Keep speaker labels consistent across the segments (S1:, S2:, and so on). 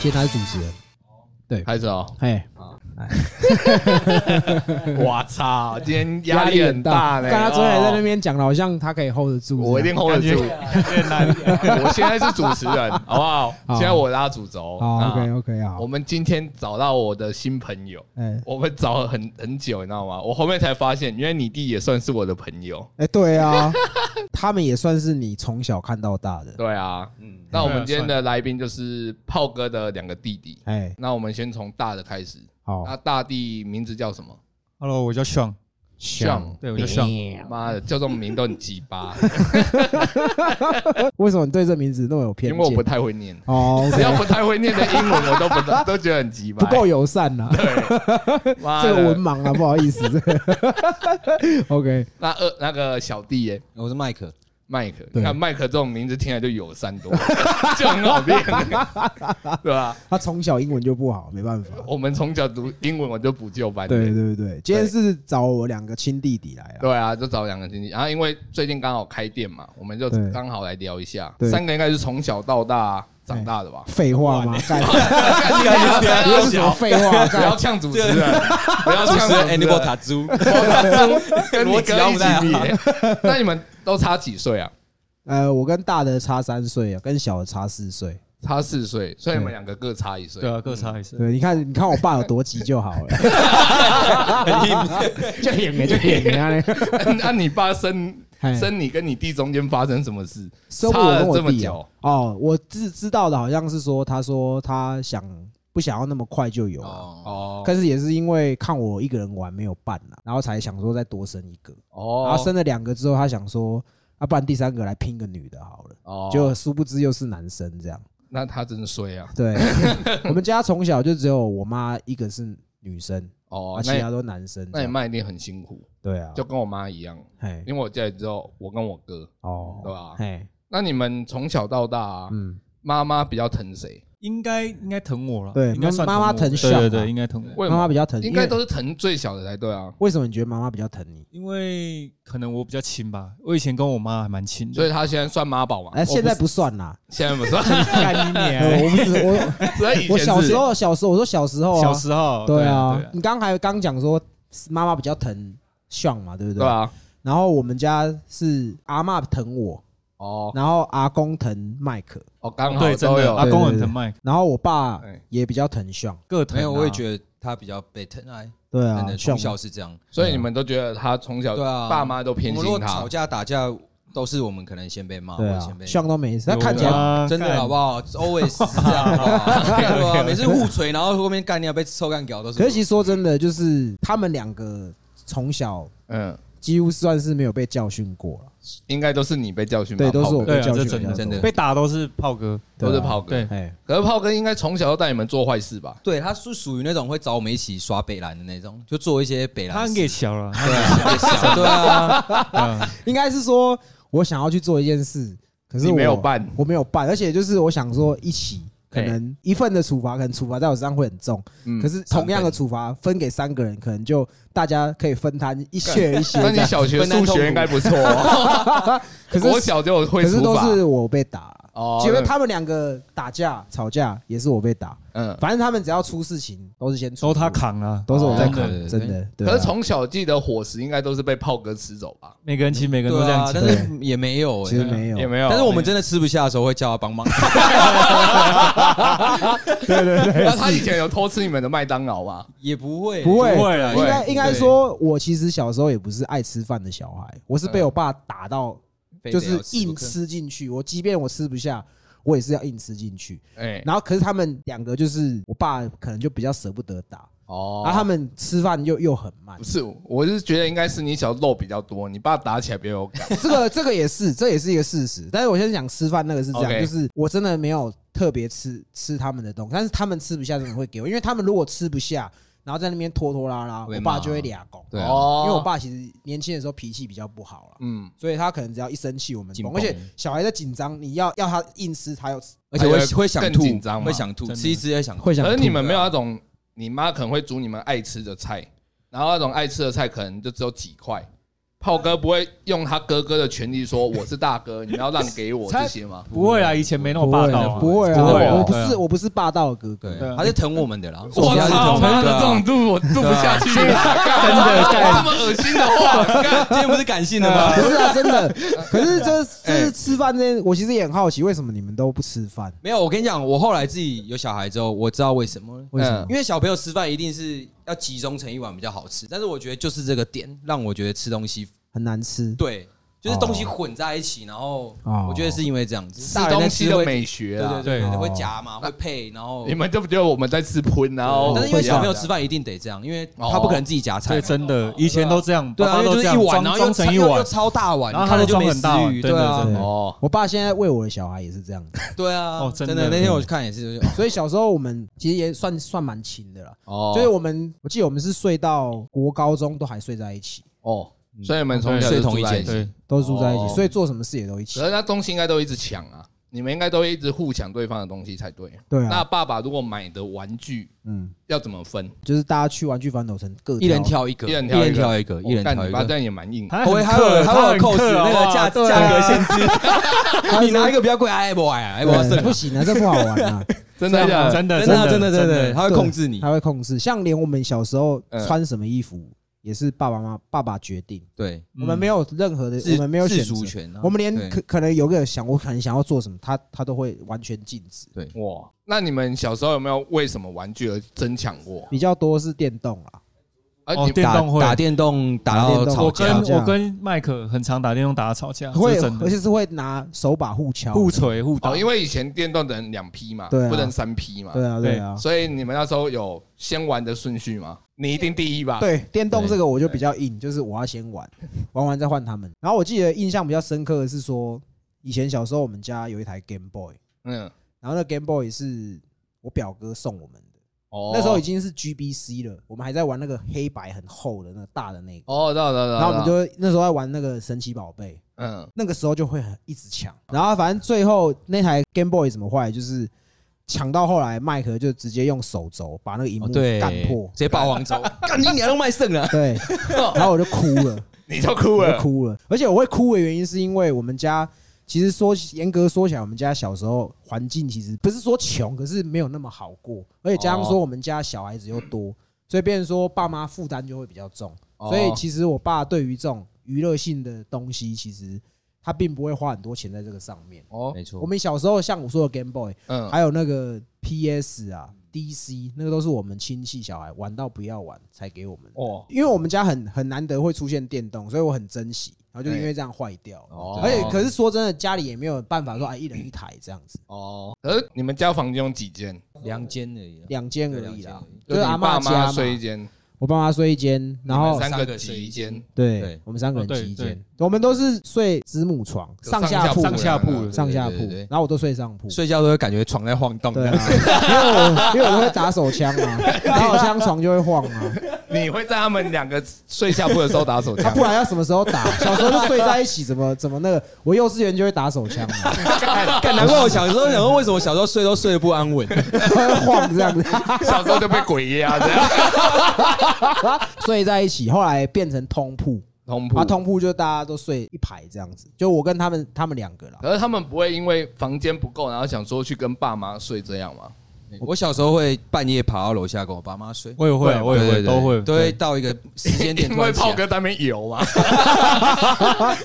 S1: 其实他是主持人。对，
S2: 开始哦。
S1: 哎，
S2: 我操，今天 压力很大呢。
S1: 刚才昨天还在那
S2: 哦，
S1: 边讲的，好像他可以 hold 得住样。
S2: 我一定 hold 得
S3: 感觉
S2: 住。
S3: 越难
S2: 我现在是主持人，好不 好？
S1: 好
S2: 现在我拉主轴。
S1: 好
S2: 啊
S1: ，OK OK，好哦
S2: 我，们今天找到我的新朋友，
S1: 哎
S2: 我们找了很很久，你知道吗？我后面才发现，原来你弟也算是我的朋友。
S1: 哎，对啊， 他们也算是你从小看到大的。
S2: 对啊，
S3: 嗯
S2: 那我们今天的来宾就是炮哥的两个弟弟。
S1: 哎，
S2: 那我们先从大的开始。
S1: 好，
S2: 那大弟名字叫什么？
S3: ，Hello，我叫 Sean，
S2: 像
S3: 对我叫 Sean，
S2: 妈的，叫这种名都很鸡 巴，
S1: 哎为什么你对这名字那么有
S2: 因
S1: 偏
S2: 为我
S1: 见
S2: 不？太会念。
S1: 哦
S2: 只要
S1: ，OK，
S2: 不太会念的英文，我都不 懂都觉得很鸡巴。
S1: 不够友善呐，
S2: 妈的
S1: 这个文盲啊，不好意思。 这个 OK，
S2: 那二那个小弟耶，
S4: 哦我是麦克，
S2: 麦克，
S1: 对
S2: 你看麦克这种名字听起来就友善多，了， 就很好 念，对吧？
S1: 他从小英文就不好，没办法。
S2: 我们从小读英文，我就补救班的。
S1: 对对对，今天是找我两个亲弟弟来了。
S2: 对啊，就找两个亲戚，然后因为最近刚好开店嘛，我们就
S1: 对
S2: 刚好来聊一下。
S1: 对
S2: 三个应该是从小到大长大的吧？
S1: 废话吗？干
S2: 不 要不
S1: 这是什么
S2: 要
S1: 废 话？
S2: 不要
S1: 干
S2: 呛主持人，不要
S4: 主
S2: 呛主
S4: 持人
S2: 持
S4: a n i m a
S2: 人
S4: l。塔猪，
S2: 跟你
S4: 逻辑
S2: 哥
S4: 要
S2: 一
S4: 不
S2: 起
S4: 太好
S2: 比欸，那你们都差几岁啊？
S1: 呃，我跟大的差三岁啊，跟小的差四岁。
S2: 差四岁，所以你们两个各差一岁。
S3: 对啊，各差一岁。
S1: 对，你看，你看我爸有多急就好欸了，就演 没就演没，
S2: 那、那你爸生
S1: 嘿
S2: 生你跟你弟中间发生什么事？
S1: 生
S2: 差
S1: 我跟
S2: 了这
S1: 我
S2: 么
S1: 弟啊
S2: 久，
S1: 哦，我知知道的好像是说，他说他想不想要那么快就有了，
S4: 哦，
S2: 哦
S1: 但是也是因为看我一个人玩没有办了，然后才想说再多生一个，然后
S2: 哦
S1: 啊生了两个之后，他想说，啊，不然第三个来拼个女的好了，
S2: 哦
S1: 结果殊不知又是男生这样。
S2: 那他真衰啊！
S1: 对，我们家从小就只有我妈一个是女生，
S2: 哦
S1: 啊，，
S2: 那
S1: 其他
S2: 你
S1: 都男生这
S2: 那你
S1: 样。
S2: 妈一定很辛苦，
S1: 对啊，
S2: 就跟我妈一样，
S1: 嘿
S2: 因为我家里只有我跟我哥，
S1: 哦，
S2: 对吧？
S1: 嘿
S2: 那你们从小到大、啊，
S1: 嗯，
S2: 妈妈比较疼谁？
S3: 应该应该疼我了，
S1: 对
S3: 应该算
S1: 妈妈
S3: 我
S1: 疼
S3: 对
S1: 像啊
S3: 对对，应该疼我，
S2: 为什
S1: 妈妈
S2: 么？
S1: 比较疼，
S2: 应
S1: 因
S2: 该
S1: 为
S2: 都是疼最小的才对啊，
S1: 为什么你觉得妈妈比较疼你？
S3: 因为可能我比较亲吧，我以前跟我妈还蛮亲的，
S2: 所以他现在算妈宝嘛？
S1: 哎，现在不算啦，
S2: 现在不 算，
S3: 干你
S1: 呃
S3: 娘！
S1: 我不是我
S2: 所 以以
S1: 我
S2: 前
S1: 小
S2: 是
S1: 时候小时候我说小时候
S3: 小
S1: 啊，
S3: 时候，
S1: 对
S3: 啊，
S1: 啊
S3: 对，
S1: 你刚才刚讲说妈妈比较疼像嘛，对不
S2: 对
S1: 对？
S2: 啊吧？
S1: 然后我们家是阿嬷疼我，
S2: 哦
S1: 然后阿公疼麦克，
S2: 哦，刚
S3: 啊
S2: 好
S3: 对，真
S2: 都
S3: 的，
S2: 有
S3: 阿
S1: 对
S3: 公
S1: 对
S3: 很
S1: 对
S3: 疼麦克，
S1: 然后我爸
S2: 哎
S1: 也比较疼像，
S3: 各疼啊。
S4: 没有，我也觉得他比较被疼爱，
S1: 对
S4: 真
S1: 啊，
S4: 的
S1: 像
S4: 从小是这样。
S2: 所以你们都觉得他从小
S4: 对啊
S2: 爸妈都偏
S4: 我们如果
S2: 心他
S4: 吵，架打架，都是我们可能先被骂，或
S1: 对
S4: 者
S1: 啊
S4: 先，被
S1: 像都没事，他
S3: 有啊
S1: 看起来
S3: 吗
S4: 真的
S3: 干
S4: 好不好？always 是这样，好不好？对啊，每次互锤，然后后面干掉被臭干屌都是我。
S1: 可是其实说真的，就是他们两个从小
S2: 嗯，
S1: 几乎算是没有被教训过了，
S2: 应该都是你被教训吧，
S1: 对，都是我
S2: 炮哥
S1: 被
S3: 对啊
S1: 教
S3: 这
S1: 训
S3: 真
S1: 比较
S3: 的
S1: 多
S4: 真的
S3: 被打都是炮哥，
S1: 对啊
S2: 都是炮哥。
S3: 对，
S1: 哎，
S2: 可是炮哥应该从小都带你们做坏事吧？
S4: 对，他是属于那种会找我们一起耍北兰的那种，就做一些北
S3: 他
S4: 兰
S3: 很
S4: 事。
S3: 给小了，
S4: 对啊，对啊，
S3: 嗯
S1: 应该是说我想要去做一件事，可是
S2: 你
S1: 我
S2: 没有办
S1: 我没有办，而且就是我想说一起。可
S2: 对
S1: 能一份的处罚，可能处罚在我身上会很重，
S2: 嗯
S1: 可是同样的处罚分给三个人，可能就大家可以分摊一些一些
S2: 那
S1: 这
S2: 你
S1: 样。
S2: 小学数学应该不错哦，
S1: 可
S2: 我
S1: 是
S2: 小就会
S1: 可是
S2: 除
S1: 都
S2: 法
S1: 是我被打，
S2: 哦，
S1: 因为他们两个打架吵架也是我被打，
S2: 嗯。
S1: 反正他们只要出事情都是先出
S3: 都他
S1: 我
S3: 扛啊了，
S1: 都是我在
S4: 哦
S1: 扛，
S4: 对对
S1: 真的。对啊
S2: 可是从小记得伙食应该都是被炮哥吃走 吧？
S3: 每个人其实每个人
S4: 对
S3: 都这样
S4: 啊，
S3: 讲
S4: 但是也没有
S1: 其实
S4: 欸。
S1: 没有，
S2: 也没有，
S4: 但是我们真的吃不下的时候会叫他帮忙，
S2: 那他以前有偷吃你们的麦当劳 吗？
S4: 也不会
S1: 不会
S3: 不会啦
S1: 应该
S2: 不
S4: 会
S1: 应该说，我其实小时候也不是爱吃饭的小孩，我是
S4: 嗯
S1: 被我爸打到，
S4: 非
S1: 就
S4: 得
S1: 是
S4: 要吃
S1: 硬
S4: 不可
S1: 吃进去。我即便我吃不下，我也是要硬吃进去。
S2: 哎，
S1: 然后可是他们两个就是我爸可能就比较舍不得打，
S2: 哦
S1: 然啊后他们吃饭又又很慢
S2: 不。是，我是觉得应该是你小肉比较多，你爸打起来比较有感。
S1: 这个这个也是，这也是一个事实。但是我先讲吃饭那个是这样，
S2: OK
S1: 就是我真的没有特别吃吃他们的东西，但是他们吃不下真的会给我，因为他们如果吃不下，然后在那边拖拖拉拉，
S4: 会
S1: 我
S4: 骂
S1: 爸就会俩拱。
S4: 对啊
S2: 哦
S1: 因为我，爸其实年轻的时候脾气比较不好了。
S2: 嗯，
S1: 所以他可能只要一生气，我们
S4: 紧
S1: 懂，
S4: 绷
S1: 而且小孩在紧张，你要要他硬吃，他又吃
S4: 而且
S2: 还
S4: 会
S2: 有
S4: 会想
S2: 更
S4: 吐，
S2: 紧张嘛
S4: 会想吐，
S3: 真的
S4: 吃一吃会想吐。
S1: 会想
S2: 可
S1: 吐。
S2: 是你们没有那种，你妈可能会煮你们爱吃的菜，然后那种爱吃的菜可能就只有几块，炮哥不会用他哥哥的权利说我是大哥，你要让给我这些吗？
S3: 不会啊，以前没那么
S1: 不
S3: 霸
S1: 会
S3: 道
S1: 啊，
S3: 啊，
S1: 不会
S3: 不会
S1: 啊，
S3: 啊
S1: 我不
S3: 对啊
S1: 是我不是霸道的哥哥，
S4: 对，
S3: 啊
S4: 他是疼我们的 啦。
S2: 我操，妈的这种度我度不下去， 真的，这么恶心的话，干
S4: 今天不是感性的吗？
S1: 不是啊，真 的。可是这这
S3: 哎
S1: 是吃饭这件，我其实也很好奇，为什么你们都不吃饭？
S4: 没有，我跟你讲，我后来自己有小孩之后，我知道为什么了。
S1: 为什
S2: 嗯
S1: 么？
S4: 因为小朋友吃饭一定是要集中成一碗比较好吃，但是我觉得就是这个点让我觉得吃东西
S1: 很难吃。
S4: 对，就是东西混在一起，然后
S1: 哦
S4: 我觉得是因为这样子，
S2: 吃
S3: 哦
S4: 大人在
S2: 东
S4: 吃
S2: 西的
S4: 会
S2: 美学
S4: 对
S2: 啊
S4: 对！对对，
S1: 哦
S4: 会夹嘛，会配，然后
S2: 你们就不觉得我们在吃喷，然后
S4: 但是因为
S1: 会这样
S4: 小朋友吃饭一定得这样，因为他
S2: 哦
S4: 不可能自己夹
S3: 对，
S4: 菜嘛，
S3: 真的，以前都这样，
S4: 对
S3: 爸
S4: 啊，
S3: 爸
S4: 因
S3: 都
S4: 为就是
S3: 这样
S4: 一碗，
S3: 装
S4: 然后又
S3: 装成一
S4: 又
S3: 碗
S4: 又，超大碗，
S3: 然后
S4: 看
S3: 他
S4: 了
S3: 都
S4: 就
S3: 装
S4: 没
S3: 很
S4: 食
S3: 大碗，
S4: 欲，
S3: 真
S4: 对
S3: 的真
S4: 啊，
S3: 的，
S2: 哦，
S1: 我爸现在喂我的小孩也是这样，
S4: 对啊
S3: 哦，真的
S4: 的，那天我去看也是，就
S1: 所以小时候我们其实也算算蛮亲的啦。
S2: 哦，
S1: 就是我们，我记得我们是睡到国高中都还睡在一起，
S2: 哦，所以你们从小
S3: 对
S2: 就住在一起，
S3: 对，
S1: 都住在一起，
S2: 哦
S1: 所以做什么事也都一起
S2: 可。是那东西应该都一直抢啊，你们应该都一直互抢对方的东西才对。
S1: 对
S2: 那
S1: 啊，
S2: 爸爸如果买的玩具
S1: 嗯，
S2: 要怎么分？
S1: 就是大家去玩具反斗城各
S4: 一人，挑一个，哦
S2: 一人
S4: 一
S2: 挑
S4: 人
S2: 一个哦
S4: 挑一个，一人
S2: 干
S4: 挑一
S2: 你爸这
S4: 个。
S2: 样也蛮硬。
S3: 他
S4: 我
S3: 很
S4: 还有
S3: 克，
S4: 还有
S3: 很
S4: 扣死
S3: 克
S4: 那
S3: 好不
S4: 个
S3: 好
S4: 价
S3: 对
S4: 价格
S3: 啊
S4: 限制，你拿一个比较贵，哎不哎哎不
S1: 对
S4: 是
S1: 不行啊，这不好玩啊，
S2: 真的假的？
S3: 真的
S4: 真的啊真的真
S3: 真
S4: 的，
S3: 的，
S4: 他会控 制你，
S1: 他会控制。像连我们小时候
S2: 嗯
S1: 穿什么衣服也是爸爸妈妈爸爸决定，
S4: 对，
S1: 我们没有任何的，
S4: 嗯自
S1: 我们没有
S4: 自
S1: 选择
S4: 主，权啊，
S1: 我们连
S4: 对
S1: 可可能有个人想我可能想要做什么，他他都会完全禁止。
S2: 哇，那你们小时候有没有为什么玩具而争抢过？
S1: 比较多是电动啦，
S2: 啊，
S3: 哦
S2: 你
S3: 电
S4: 打
S3: 动会
S4: 打电动打
S1: 打
S4: 到
S1: 电动
S4: 吵
S3: 我
S4: 架
S3: 跟
S1: 架
S3: 我跟麦克很常打电动打到吵架，
S4: 啊
S1: 会
S3: 这是真
S1: 而
S3: 的
S1: 且是会拿手把互敲，啊
S3: 互锤互打
S2: 哦，，因为以前电动只能两批嘛，
S1: 对啊
S2: 不能三批嘛，
S1: 对啊对啊，
S2: 所以你们那时候有先玩的顺序吗？你一定第一吧？，
S1: 对电动这个我就比较硬，就是我要先玩，玩完再换他们。然后我记得印象比较深刻的是说，以前小时候我们家有一台 Game Boy，
S2: 嗯，
S1: 然后那 Game Boy 是我表哥送我们的，
S2: 哦，
S1: 那时候已经是 GBC 了，我们还在玩那个黑白很厚的那个大的那个，
S2: 哦，知道知道知道，
S4: 啊
S1: 然后我们就那时候在玩那个神奇宝贝，
S2: 嗯，
S1: 那个时候就会很一直抢，然后反正最后那台 Game Boy 怎么坏，就是抢到后来麦克就直接用手肘把那个荧幕
S4: 哦对
S1: 干破
S4: 直，接霸王招，干你娘都卖剩了，
S1: 对，然后我就哭了，
S2: 你就哭
S1: 我就
S2: 了，
S1: 哭了，而且我会哭的原因是因为我们家其实说严格说起来，我们家小时候环境其实不是说穷，可是没有那么好过，而且加上说我们家小孩子又多，所以变成说爸妈负担就会比较重。所以
S2: 哦
S1: 其实我爸对于这种娱乐性的东西，其实他并不会花很多钱在这个上面。
S2: 哦，
S4: 没错
S1: 我们小时候像我说的 Game Boy，
S2: 嗯，
S1: 还有那个 PS 啊、DC，那个都是我们亲戚小孩玩到不要玩才给我们。
S2: 哦，
S1: 因为我们家很很难得会出现电动，所以我很珍惜，然后就因为这样坏掉。
S2: 哦
S1: 而且可是说真的，家里也没有办法说啊一人一台这样子，
S2: 哦，可是你们家房间有几间？
S4: 两间而已啊，
S1: 两间而
S4: 对
S1: 已啦
S4: 两间而已。
S1: 就是
S2: 你
S1: 啊阿
S2: 爸
S1: 嬷家
S2: 妈
S1: 嘛
S2: 睡一间，
S1: 我爸妈睡一间，然
S2: 你
S1: 后
S2: 们三
S4: 哦三
S2: 个
S4: 个
S2: 挤
S4: 睡
S2: 一
S4: 一
S2: 间
S4: 间，
S1: 对
S4: 对
S1: 我们三个人
S3: 哦对
S1: 挤一
S3: 对
S1: 间，我们都是睡子母床，
S2: 有
S1: 上下铺
S3: 上下铺
S2: 的
S3: 的
S1: 上下
S4: 对
S1: 铺
S4: 对对对，
S1: 然后我都睡上铺。
S4: 睡觉都会感觉床在晃动
S1: 对
S4: 的，
S1: 啊，因为我因为我会打手枪嘛，打手枪床就会晃嘛，
S2: 你会在他们两个睡下铺的时候打手
S1: 他
S2: 枪
S1: 不？然要什么时候打？小时候就睡在一起，怎么怎么那个？我幼稚园就会打手枪嘛，
S4: 干难怪我小时候想说，为什么小时候睡都睡得不安稳？
S1: 会晃这样子，
S2: 小时候就被鬼压这样。
S1: 睡在一起，后来变成通铺，
S2: 同
S1: 啊，
S2: 铺
S1: 通铺就大家都睡一排这样子，就我跟他们他们两个 啦，
S2: 可是他们不会因为房间不够，然后想说去跟爸妈睡这样吗？
S4: 我小时候会半夜爬到楼下跟我爸妈睡，
S3: 我也会啊，我也
S4: 对
S3: 会，
S4: 对
S3: 都会，
S4: 都会到一个时间 点
S2: 因
S4: 突
S2: 为
S4: 然起来
S2: 炮哥在那边游嘛，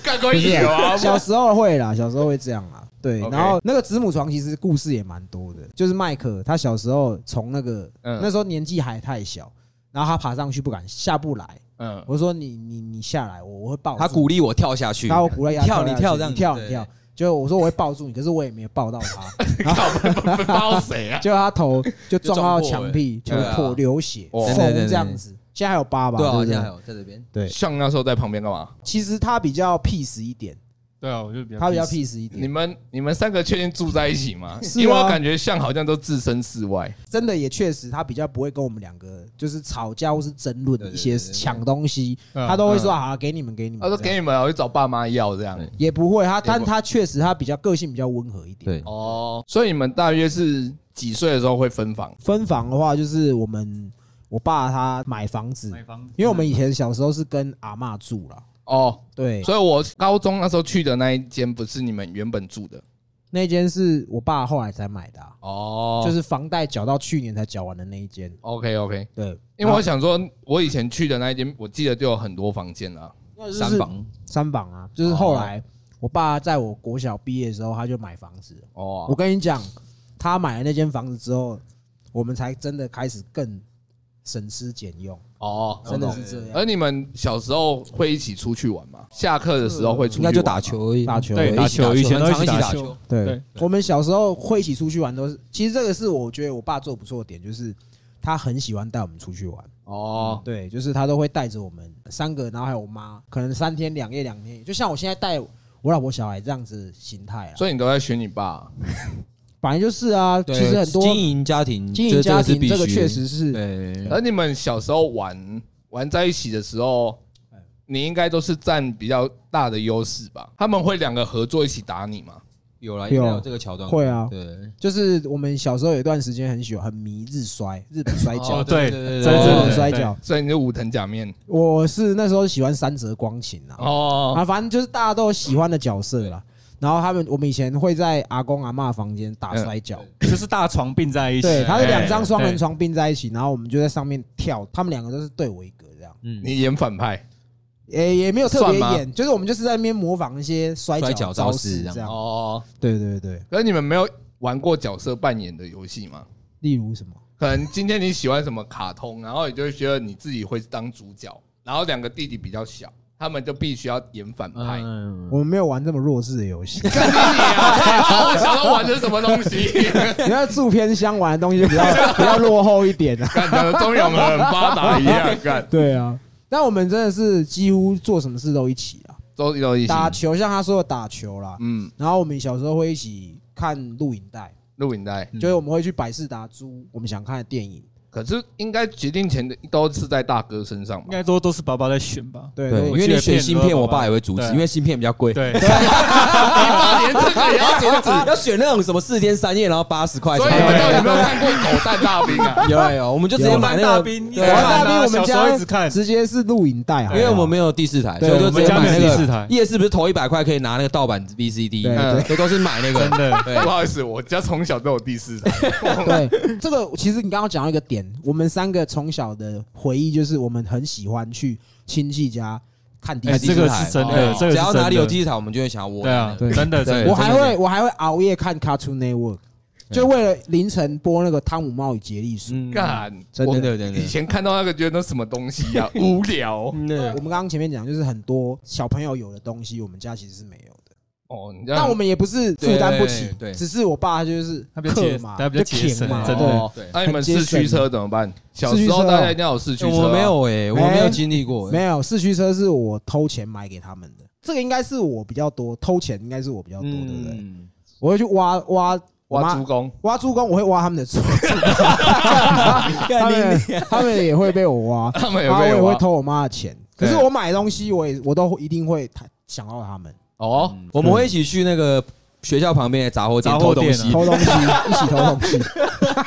S2: 干过
S4: 哎
S2: 游啊，
S1: 小时候会啦，小时候会这样啦。对，
S2: OK
S1: 然后那个子母床其实故事也蛮多的，就是麦克他小时候从那个
S2: 嗯
S1: 那时候年纪还太小，然后他爬上去不敢下不来，
S2: 嗯，
S1: 我说你你你下来，我我会抱住你。
S4: 他鼓励我跳下去，
S1: 然后我鼓励他
S4: 跳你
S1: 跳
S4: 跳这样
S1: 你跳
S4: 对
S1: 你跳，就我说我会抱住你，可是我也没有抱到他，
S2: 靠，不包谁 啊？
S1: 结果他头就撞到
S4: 就撞破
S1: 墙壁，就
S4: 对啊
S1: 破流血，
S2: 哦
S1: 缝
S4: 对对对对
S1: 这样子。现在还有疤吧？
S4: 对啊，
S1: 不
S4: 好像还有在这边，
S1: 对，
S2: 像那时候在旁边干嘛？
S1: 其实他比较 peace 一点，
S3: 对啊，我就比较
S1: 他比较
S3: peace
S1: peace 一
S2: 你
S1: 点，
S2: 们你们三个确定住在一起吗？
S1: 是啊嗯
S2: 因为我感觉像好像都置身事外。
S1: 真的也确实他比较不会跟我们两个就是吵架或是争论
S4: 对对
S1: 一些
S4: 对对对
S1: 抢东西，
S3: 嗯
S1: 他都会说啊给你们给你们，
S2: 他说
S1: 这
S2: 给
S1: 样
S2: 你们，啊我去找爸妈要这样。
S1: 也不会他，
S2: 不会
S1: 但他确实他比较个性比较温和一点。
S4: 对
S2: 哦，所以你们大约是几岁的时候会分房？
S1: 分房的话，就是我们我爸他买房子，
S3: 买房，
S1: 因为我们以前小时候是跟阿嬷住啦，
S2: 哦，
S1: 对，
S2: 所以我高中那时候去的那一间不是你们原本住的
S1: 那间是我爸后来才买的啊、
S2: 哦，
S1: 就是是房贷缴到去年才缴完的那一间。
S2: OK OK，
S1: 对，
S2: 因为我想说，我以前去的那一间，我记得就有很多房间啊。
S1: 那就是
S4: 三房
S1: 三房啊，就是后来我爸在我国小毕业的时候，他就买房子了。我
S2: 哦，
S1: 跟你讲，他买了那间房子之后，我们才真的开始更省吃俭用，
S2: 哦，
S1: 真的是这样。
S2: 而你们小时候会一起出去玩吗？下课的时候会出去
S4: 嗯应
S2: 玩
S4: 该
S2: 吗
S4: 就打，球而已，
S1: 打球
S3: 对
S4: 一
S3: 打
S4: 起
S3: 球以前
S4: 很
S3: 都一
S4: 常
S3: 起
S4: 一
S3: 打
S4: 打
S3: 球
S4: 球，
S1: 对
S3: 对，
S1: 我们小时候会一起出去玩，都是其实这个是我觉得我爸做得不错的点，就是他很喜欢带我们出去玩。
S2: 哦，
S1: 对，就是他都会带着我们三个，然后还有我妈，可能三天两夜两天，就像我现在带我老婆小孩这样子心态啊。
S2: 所以你都在学你爸。
S1: 本来就是啊，其
S4: 对
S1: 实很多
S4: 经营家庭，
S1: 经营家庭
S4: 这
S1: 这
S4: 个
S1: 个
S4: 是必须
S1: 确实是
S4: 对，
S2: 而你们小时候玩玩在一起的时候，你应该都是占比较大的优势吧？他们会两个合作一起打你吗？
S4: 有来
S1: 有
S4: 有有这个桥段，
S1: 会啊，
S4: 对，
S1: 就是我们小时候有一段时间很喜欢很迷日摔，日 本摔跤
S3: 哦，对
S4: 对
S3: 对，
S4: 对对
S1: 真
S4: 对
S1: 正的
S4: 对
S1: 摔跤。
S2: 所以你就武藤假面
S1: 我是那时候喜欢三泽光琴啊，
S2: 哦
S1: 啊，反正就是大家都有喜欢的角色啦。然后他们，我们以前会在阿公阿嬷房间打摔跤，
S3: 就是大床并在一起，
S1: 对，它是两
S3: 哎
S1: 张双人
S3: 对
S1: 床并在一起，然后我们就在上面跳，他们两个都是对我一格这样。
S4: 嗯，
S2: 你演反派
S1: 也也没有特别
S2: 算吗
S1: 演，就是我们就是在那边模仿一些摔
S4: 摔
S1: 跤
S4: 跤
S1: 招
S4: 招式
S1: 这
S4: 这
S1: 样。
S2: 哦。
S1: 对对对，
S2: 可是你们没有玩过角色扮演的游戏吗？
S1: 例如什么？
S2: 可能今天你喜欢什么卡通，然后你就会觉得你自己会当主角，然后两个弟弟比较小，他们就必须要演反派。
S4: 嗯，
S1: 我们没有玩这么弱智的游戏，
S2: 干你啊！我小时候玩的是什么东西？
S1: 你要住偏乡玩的东西就比较比较落后一点啊。
S2: 感觉中永和很发达一样，干
S1: 对啊，但我们真的是几乎做什么事都一起啊，
S2: 都都一起。
S1: 打球像他说的打球啦，
S2: 嗯，
S1: 然后我们小时候会一起看录影带，
S2: 嗯录影带。
S1: 就是我们会去百事达租我们想看的电影，
S2: 可是应该决定权的都是在大哥身上
S3: 应
S2: 吧？
S3: 该都都是爸爸在选吧？
S1: 对
S4: 对，因为你选芯片，我爸也会阻止，
S3: 对
S4: 因为芯片比较贵，
S3: 对，啊
S2: 连这个也要阻止。
S4: 要选那种什么四天三夜，然后八十块
S2: 所
S4: 钱
S2: 以。你们到底有没有看过《狗蛋大兵》 啊？
S4: 有啊有啊，我们就直接买那
S3: 有啊大
S4: 个
S3: 兵
S4: 对
S1: 我
S3: 有
S4: 啊
S3: 啊
S1: 大兵我们
S3: 小时候
S1: 家
S3: 一直看
S1: 直接是录影带好了，
S4: 因为我们没有第四台，
S1: 哦对
S4: 所以就
S1: 我
S4: 直
S1: 们
S4: 接
S1: 家
S4: 买
S1: 没
S4: 那
S1: 有
S4: 个
S3: 第四台
S4: 夜市不是投一百块可以拿那个盗版
S1: 对
S4: VCD，
S1: 对
S2: 嗯
S4: 所以都是买那个
S3: 真。的
S4: 对
S2: 不好意思，我家从小都有第四台。
S1: 对，这个其实你刚刚讲到一个点，我们三个从小的回忆就是我们很喜欢去亲戚家看
S3: 哎
S1: 电视。
S3: 这个是真的，
S4: 对
S3: 这个是
S4: 只要
S3: 真
S4: 哪里有
S3: 的
S4: 第四台，我们就会想要窝
S3: 对啊
S4: 那，个。
S1: 对
S3: 真的真的
S4: 对
S3: 哎
S1: 我还
S4: 真的
S1: 会我还会熬夜看 Cartoon Network，就为了凌晨播那个《汤姆猫与杰利鼠》。
S4: 嗯，
S2: 干，
S4: 真
S2: 我
S4: 的真的真
S2: 以
S4: 的。
S2: 前看到那个觉得那什么东西 呀、无聊
S4: 嗯对
S1: 我们刚刚前面讲，就是很多小朋友有的东西，我们家其实是没有的。
S2: 哦。你这
S1: 但
S2: 样
S1: 我们也不是负担不起
S4: 对，对对
S1: 只是我爸他就是
S3: 他比较节
S1: 克嘛，
S3: 他比较节
S1: 勤
S3: 省
S1: 嘛，
S3: 真的
S1: 啊对。
S2: 哦那你们市区车怎么办？小
S1: 市区
S2: 时
S1: 车哦
S2: 候大家一定要有市区车、啊
S4: 我没，有哎，我没有经历过欸。
S1: 没有四驱车是我偷钱买给他们的，这个应该是我比较多，偷钱应该是我比较多，对不对？
S4: 嗯，
S1: 我会去挖挖我
S2: 挖
S1: 妈
S2: 猪 公。
S1: 挖猪公，我会挖他们的猪，他
S4: 干
S1: 们
S4: 你
S1: 他们也会被我挖，
S2: 他们也
S1: 然后我也
S2: 被挖
S1: 会偷我妈的钱。可
S2: 对
S1: 是我买东西，我也我都一定会想到他们
S2: 哦，
S4: 嗯我们会一起去那个学校旁边的杂货店
S3: 杂
S4: 偷
S3: 货
S4: 东
S3: 店啊
S4: 西，
S1: 偷东西，一起偷东西，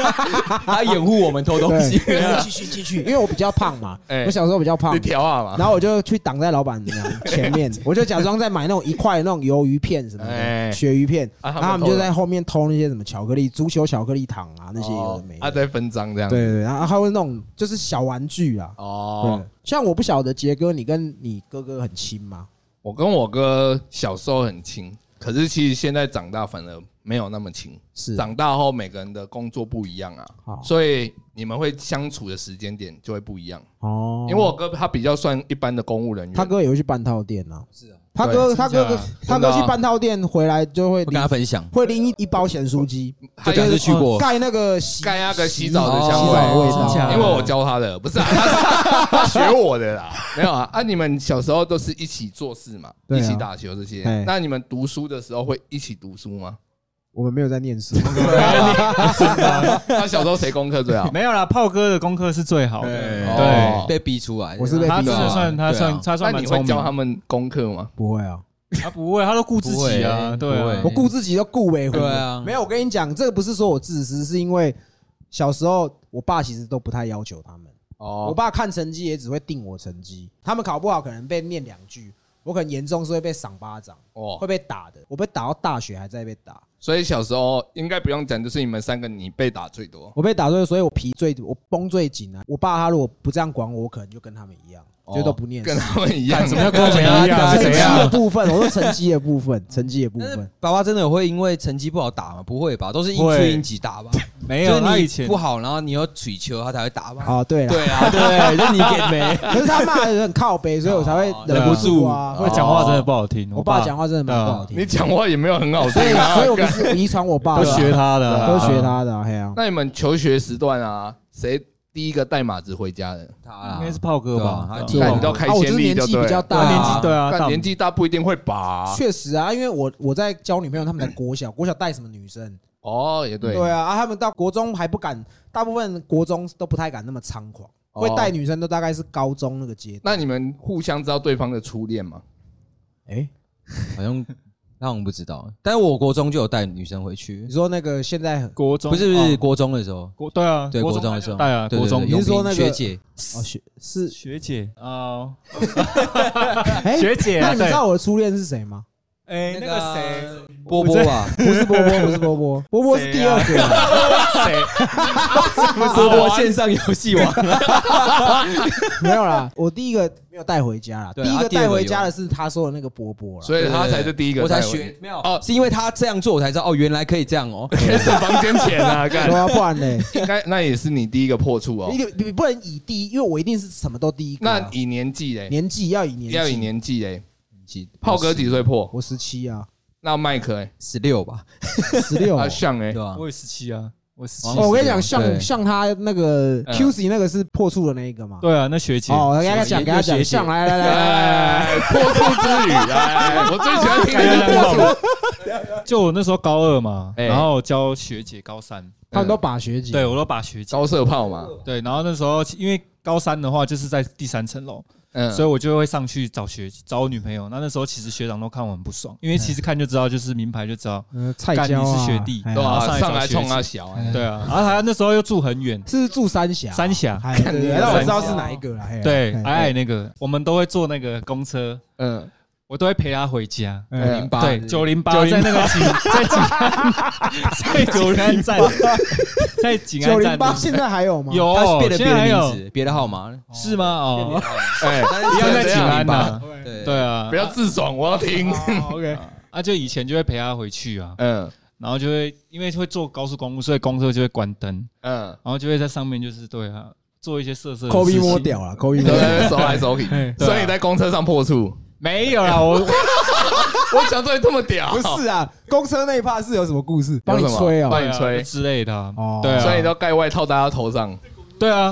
S4: 他掩护我们偷东西。
S1: 对，进去进去，因为我比较胖嘛，
S2: 哎
S1: 我小时候比较胖
S2: 你，调啊嘛。
S1: 然后我就去挡在老板 娘前面，我就假装在买那种一块那种鱿鱼片什么的
S2: 哎
S1: 鳕鱼片，
S2: 啊
S1: 然
S2: 他
S1: 后他
S2: 们
S1: 们
S2: 偷
S1: 就
S2: 了
S1: 在后面偷那些什么巧克力、足球巧克力糖啊那些有的没
S2: 他
S1: 的，
S2: 哦在分赃这样。
S1: 对对，对，然后还有那种就是小玩具啊，
S2: 哦
S1: 对，，像我不晓得杰哥，你跟你哥哥很亲吗？
S2: 我跟我哥小时候很亲，可是其实现在长大反而没有那么亲。
S1: 是哦
S2: 长大后每个人的工作不一样啊，
S1: 好
S2: 所以你们会相处的时间点就会不一样。
S1: 哦
S2: 因为我哥他比较算一般的公务人员，
S1: 他哥也会去半套店啊，
S4: 是啊，
S1: 他哥
S3: 对
S1: 他哥
S3: 真
S1: 哥
S3: 的啊
S1: 他
S2: 真的
S1: 哥
S2: 啊
S1: 去半套店回来就会
S4: 我跟他
S1: 拎
S4: 分享，
S1: 会拎一一包咸酥鸡，
S2: 他
S4: 就
S2: 就
S4: 表
S2: 是
S4: 示去过。
S1: 盖那个洗
S2: 盖那个洗澡的香
S1: 洗澡的味
S4: 哦真
S1: 道，
S4: 假的
S2: 因为我教他的，不是 啊，他是他学我的啦。没有啊，啊，你们小时候都是一起做事嘛，
S1: 对啊
S2: 一起打球这些
S1: 哎。
S2: 那你们读书的时候会一起读书吗？
S1: 我们没有在念书，
S2: 他小时候谁功课最
S4: 哦
S2: 好？
S3: 没有啦，炮哥的功课是最好的，
S2: 哦
S3: 对，
S4: 被逼出来，
S1: 我是被
S3: 他
S1: 逼
S3: 真
S1: 出来
S3: 的算他
S4: 对啊
S3: 算他
S2: 那
S3: 算蛮
S2: 你会
S3: 聪明
S2: 教他
S3: 的，
S2: 们功课吗？
S1: 不会啊，
S3: 他不会，他都顾自己啊，
S4: 不会
S3: 对啊
S4: 不
S1: 我
S4: 会
S1: 顾自己都顾为回。
S4: 对啊
S1: 没有，我跟你讲，这个不是说我自私，是因为小时候我爸其实都不太要求他们。我
S2: 哦，
S1: 爸看成绩也只会定我成绩，他们考不好可能被念两句，我可能严重是会被赏巴掌，
S2: 哦
S1: 会，被打的。我被打到大学还在被打，
S2: 所以小时候应该不用讲，就是你们三个你被打最多。
S1: 我被打碎，所以我皮最我绷最紧啊。我爸他如果不这样管我，我可能就跟他们一样，就都不念书
S2: 跟。他们一样，
S3: 怎么 要跟我们一样？
S1: 成
S3: 是
S1: 绩
S3: 怎
S1: 的
S3: 样？
S1: 部分，我说成绩的部分，成绩的部
S4: 但是
S1: 分，
S4: 爸爸真的会因为成绩不好打吗？不会吧，都是因吹
S3: 会
S4: 因己打吧？
S3: 没
S4: 就
S3: 有，他以
S4: 是你
S3: 前
S4: 不好， 然后你又取球，他才会打吧？
S1: 哦，对了，
S4: 对啊，对，就你给没。
S1: 可是他骂的很靠北，所以我才会 忍不住啊。
S3: 会
S4: 哦
S1: 会
S3: 讲话真的不好听。
S1: 我爸讲话真的蛮不好听
S2: 啊你
S1: 的，
S2: 讲话也没有很好听
S1: 所以
S2: 啊。
S1: 所以我们是遗传我爸
S3: 都
S1: 的，
S3: 学他的啊，
S1: 都学他的啊，嘿啊。
S2: 那你们求学时段啊，谁第一个带马子回家的？
S4: 他
S3: 应
S4: 啊
S3: 该是炮哥吧？
S4: 对啊
S3: 对
S2: 那
S3: 啊
S2: 你都
S1: 啊
S2: 开
S1: 我
S2: 先
S1: 就是
S2: 例
S1: 年
S2: 就
S1: 纪比较
S2: 对
S1: 大，
S3: 年纪对啊，
S2: 但
S3: 大
S2: 年纪大不一定会拔
S1: 确实啊，因为我我在交女朋友，他们在国小，国小带什么女生？
S2: 哦，也对，
S1: 对啊，啊，他们到国中还不敢，大部分国中都不太敢那么猖狂，
S2: 哦
S1: 会带女生都大概是高中那个阶段。
S2: 那你们互相知道对方的初恋吗？
S1: 哎，
S4: 好像那我们不知道，但是我国中就有带女生回去
S1: 你，说那个现在很
S3: 国中
S4: 不是不是
S3: 哦
S4: 国中的时候，
S3: 国对啊，
S4: 对国中的时候，
S3: 带啊，
S4: 对对
S3: 国中
S4: 对
S1: 你
S4: 永
S1: 是说
S4: 平
S1: 那个
S4: 学姐
S1: 哦学是
S3: 学姐啊，
S1: 哎，
S3: 学姐
S1: 那
S3: 啊，
S1: 你们知
S3: 对，
S1: 道我的初恋是谁吗？
S3: 哎，那个谁，
S4: 波波吧？
S1: 不是波波，不是波波，波波是第二个啊。
S3: 谁？
S4: 波波线上游戏王，
S1: 没有啦，我第一个没有带回家啦。第
S4: 对
S1: 一
S4: 啊
S1: 个
S4: 第二
S1: 带
S4: 个有
S1: 回家的是他说的那个波波啦。
S3: 啊
S2: 所以他才是第一个
S4: 我才
S2: 带回
S4: 学
S2: 去，
S4: 没有
S2: 哦
S4: 哦，是因为他这样做我才知道哦，原来可以这样哦。
S2: 开始房间 前啊，干
S1: 对，啊，不然呢？
S2: 应该那也是你第一个破处哦
S1: 一。个你不能以第一，因为我一定是什么都第一个
S2: 那
S1: 啊。
S2: 以年纪嘞，
S1: 年纪要以年纪，
S2: 要以年纪嘞，炮哥几岁破？
S1: 我十七啊，
S2: 那麦克哎，
S4: 十六吧，
S1: 十六。
S2: 啊像哎
S4: 对，吧？
S3: 我也十七啊，我十
S4: 哦
S3: 七
S1: 哦，。我跟你讲，
S4: 对
S1: 像像他那个
S2: 嗯
S1: QC 那个是破处的那一个嘛。
S3: 对啊，那学姐
S1: 哦，我给他讲，给他讲，像来来来来来来，
S2: 哎，破处之旅， 哎，我最喜欢听这个
S3: 哎
S2: 破处。
S3: 就我那时候高二嘛，
S2: 哎
S3: 然后教学姐高三，
S1: 他们都把学姐。
S3: 对我都把学姐
S2: 招色炮嘛，
S3: 对，然后那时候因为高三的话就是在第三层楼，
S2: 嗯，
S3: 所以我就会上去找学找我女朋友。那那时候其实学长都看我很不爽，
S4: 嗯
S3: 因为其实看就知道就是名牌就知道，
S1: 嗯，菜
S3: 干
S1: 椒
S3: 你
S1: 啊
S3: 是学弟
S1: 哎呀
S2: 对
S3: 然后
S2: 啊，
S3: 上来
S2: 上来
S3: 找
S2: 冲他小，
S4: 嗯
S2: 哎
S3: 对啊，然后他那时候又住很远，
S1: 是住三峡啊。
S3: 三峡
S1: 哎，对对对
S2: 看你
S1: 那我
S3: 三
S1: 知道
S3: 峡
S1: 是哪一个了。哎呀
S3: 对，
S4: 嗯
S1: 哎
S3: 矮矮那个，我们都会坐那个公车，
S2: 嗯，
S3: 我都会陪他回家。
S1: 哎
S2: 哎
S4: 零八
S3: 对，九零八在那个景， 在景安，在景安站，在景
S1: 九
S3: 安
S1: 零
S3: 站
S1: 八
S3: 那
S1: 现在还有吗？
S3: 里有
S4: 他是变，了
S3: 现在
S4: 别
S3: 还
S4: 的
S3: 有
S4: 名字，别的号码，
S3: 是吗？哦，
S2: 哎，
S4: 但是
S3: 一样在
S2: 这
S3: 景
S2: 样
S3: 安呐，
S4: 对
S3: 对啊
S2: 不，要自爽，我要听。
S1: OK，
S3: 啊，就以前就会陪他回去啊，
S2: 嗯
S3: 然后就会因为会坐高速公路，所以公车就会关灯，
S2: 嗯，
S3: 然后就会在上面就是对啊，做一些色色的
S1: 抠
S3: 事
S1: 鼻
S3: 情
S1: 摸屌了，抠鼻
S2: 对
S1: 摸
S2: 对
S1: 屌。
S2: 对，手来手去，
S3: 对啊
S2: 所以你在公车上破处，
S3: 没有啦，我
S2: 我想说你这么屌，
S1: 不是啊，公车那一趴是有什么故事？帮你吹
S2: 帮
S1: 哦。
S2: 你吹
S3: 对啊之类的啊
S1: 哦，
S3: 对啊，
S2: 所以你都盖外套戴到头上，
S3: 对啊，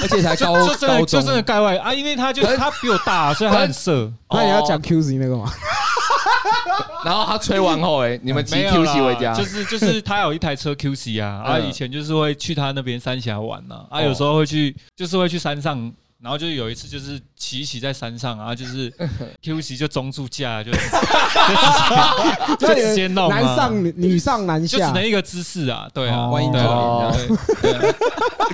S4: 而且才
S3: 就
S4: 高
S3: 就真
S4: 高
S3: 的就
S4: 中
S3: 真，的盖外啊，因为他就
S2: 可是
S3: 他比我大，所以他很色，
S2: 哦
S1: 那你要讲 QZ 那个吗？
S2: 然后他吹完后，哎，你们骑
S3: 没有
S2: Q
S3: 啦
S2: 骑回家
S3: 就，是就是他有一台车 QC 啊，啊
S2: 嗯
S3: 以前就是会去他那边三峡玩呐，啊
S2: 哦
S3: 有时候会去就是会去山上。然后就有一次，就是骑一骑在山上啊，就是 QC 就中柱架，就就直接就直接弄啊
S1: 男上女女上男
S3: 就只
S1: 下，
S3: 能一个姿势啊，对啊，
S4: 哦
S1: 观音
S3: 对啊对啊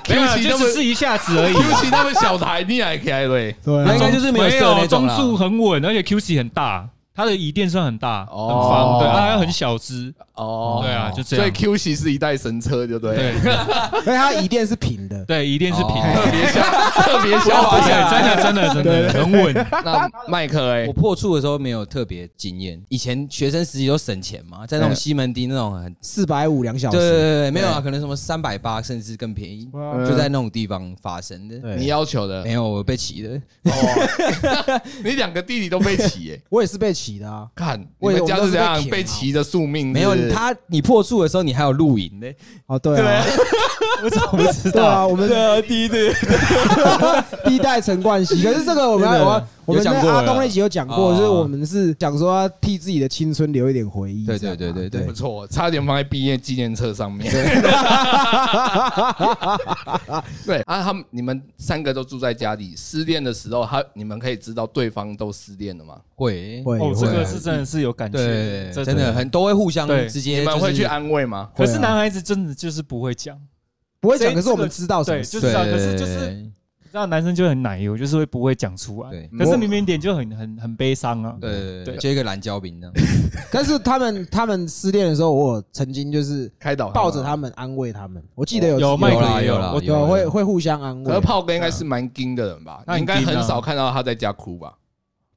S3: 没
S2: Q
S3: 有啊
S2: 骑
S3: 就
S2: 那么
S3: 只是一下子而已
S2: Q
S3: 啊。
S2: 骑那么小台，你还开对？
S1: 对
S4: 那
S1: 啊，
S4: 应该就是没有
S3: 没
S4: 射的
S3: 有
S4: 那
S3: 中
S4: 种啦
S3: 柱很稳，而且 QC 很大，它的椅垫算很大，很
S2: 哦
S3: 方，对，啊它很小只，
S2: 哦，
S3: 对啊，就这
S2: 所以
S3: 样。
S2: Q 骑是一代神车，就对了，
S3: 对
S1: 而且它椅垫是平的。
S3: 对，椅垫是平
S4: 哦
S3: 的，
S2: 特别消特别消
S3: 而
S2: 化
S3: 且
S2: 起来。
S3: 真的真的真的很稳。
S2: 那麦克哎
S4: 我，破处的时候没有特别经验，以前学生时期都省钱嘛，在那种西门町那种很，
S1: 四百五两小
S4: 对对
S1: 时，
S4: 对对，没有啊，可能什么三百八甚至更便宜，
S3: 啊
S1: 哇
S4: 就在那种地方发生的。
S2: 你
S1: 对，
S2: 要求的
S4: 没，有，我被骑的，
S2: 哦，你两个弟弟都被骑哎，
S1: 我也是被骑的啊。
S2: 看你
S1: 我也
S2: 们家是这
S1: 我
S2: 样
S1: 们都是被
S2: 被
S1: 舔啊
S2: 骑的宿命，
S4: 没
S2: 是
S4: 有
S2: 不是
S4: 他，你破处的时候你还有露营的，
S1: 哦，对啊，
S3: 我怎么不知
S1: 对啊，
S3: 道？
S1: 我们
S4: 啊，第一对，
S1: 第一代陈冠希，可是这个我们
S4: 真的
S1: 我我们在
S4: 有讲过
S1: 阿东那集有讲过，
S4: 哦
S1: 就是我们是讲说要替自己的青春留一点回忆。
S4: 对
S1: 这样
S4: 对
S1: 啊
S4: 对对对
S2: 不错，差点放在毕业纪念册上面。 对啊，他们你们三个都住在家里，失恋的时候，他你们可以知道对方都失恋了吗？
S4: 会
S1: 会
S3: 哦，这
S1: 会
S3: 个
S1: 啊
S3: 是真的是有感
S4: 对
S3: 觉，，
S4: 真的。很啊都会互相
S3: 对
S4: 直
S1: 哎
S2: 你
S4: 接，
S2: 们会去
S4: 按，
S2: 安慰吗？
S3: 可是男孩子真的就是不会讲，
S1: 不会讲，
S3: 这
S1: 可是我们
S3: 这个
S1: 知道什
S3: 对，
S1: 么事
S3: 就
S4: 对
S3: 知道。
S4: 对
S3: 可
S4: 对
S3: 是就
S4: 对
S3: 是
S4: 对
S3: 知道男生就很奶油，就是会不会讲出来。
S4: 对
S3: 可是明明点就很很很悲伤啊。
S4: 对对
S3: 对
S4: 对，就一个蓝胶饼这样。
S1: 但是他们他们失恋的时候，我有曾经就是
S2: 开导
S1: 抱着他们安慰他们，我记得有
S3: 有麦
S4: 有啦
S3: 克也
S4: 有啦
S3: 我
S1: 对
S4: 有
S1: 会会互相安
S2: 可是
S1: 慰，
S2: 炮哥应该是蛮硬的人吧？
S3: 他
S2: 你
S3: 很
S2: 应该
S3: 硬
S2: 很
S3: 啊
S2: 少看到他在家哭吧？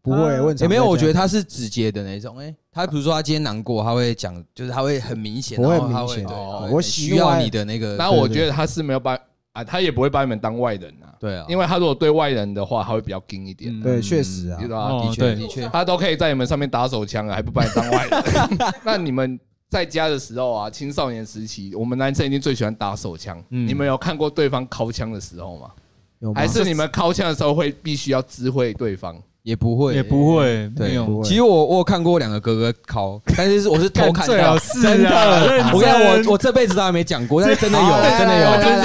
S1: 不会问
S4: 欸也没有，我觉得他是直接的那种。哎，他比如说他今天难过，他会讲，就是他会很明显，
S1: 不会
S4: 然后他
S1: 明显
S4: 对
S2: 哦
S4: 会
S1: 我
S4: 很
S1: 喜
S4: 需要
S1: 欢
S4: 你的那个，
S2: 那我觉得他是没有把啊，他也不会把你们当外人啊，
S4: 对啊，
S2: 因为他如果对外人的话，他会比较硬一点，
S1: 对，确实啊
S2: 你知，道吗？
S3: 哦
S4: 的确
S3: 对
S4: 的确，
S2: 他都可以在你们上面打手枪啊了，还不把你当外人？ 那你们在家的时候啊，青少年时期，我们男生一定最喜欢打手枪。
S4: 嗯
S2: 你们有看过对方掏枪的时候吗？
S1: 有吗
S2: 还是你们掏枪的时候会必须要知会对方？
S4: 也不会
S3: 也不。会，
S4: 对
S3: 没有
S1: 不会
S4: 其实我我有看过两个哥哥考， 但是我是偷看
S3: 最
S4: 到
S3: 好，是啊认真
S4: 我跟你讲我我这辈子都还没讲过，但是真的有，真的
S1: 来
S4: 有，
S1: 来来来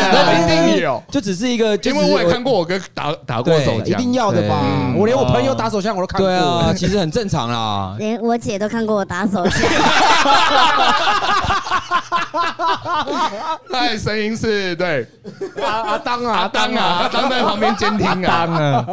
S2: 真的一定有。
S4: 就只是一个，就
S2: 因
S4: 只是
S2: 为我也看过我哥打打过手
S1: 一
S2: 枪，
S1: 定要的吧？
S2: 对
S1: 我连我朋友打手枪我都看过，
S4: 对啊，其实很正常啦。
S5: 连我姐都看过我打手枪，
S2: 那哎声音是对
S1: 阿阿当啊，
S2: 阿当啊，阿当在旁边监听啊。
S3: 啊，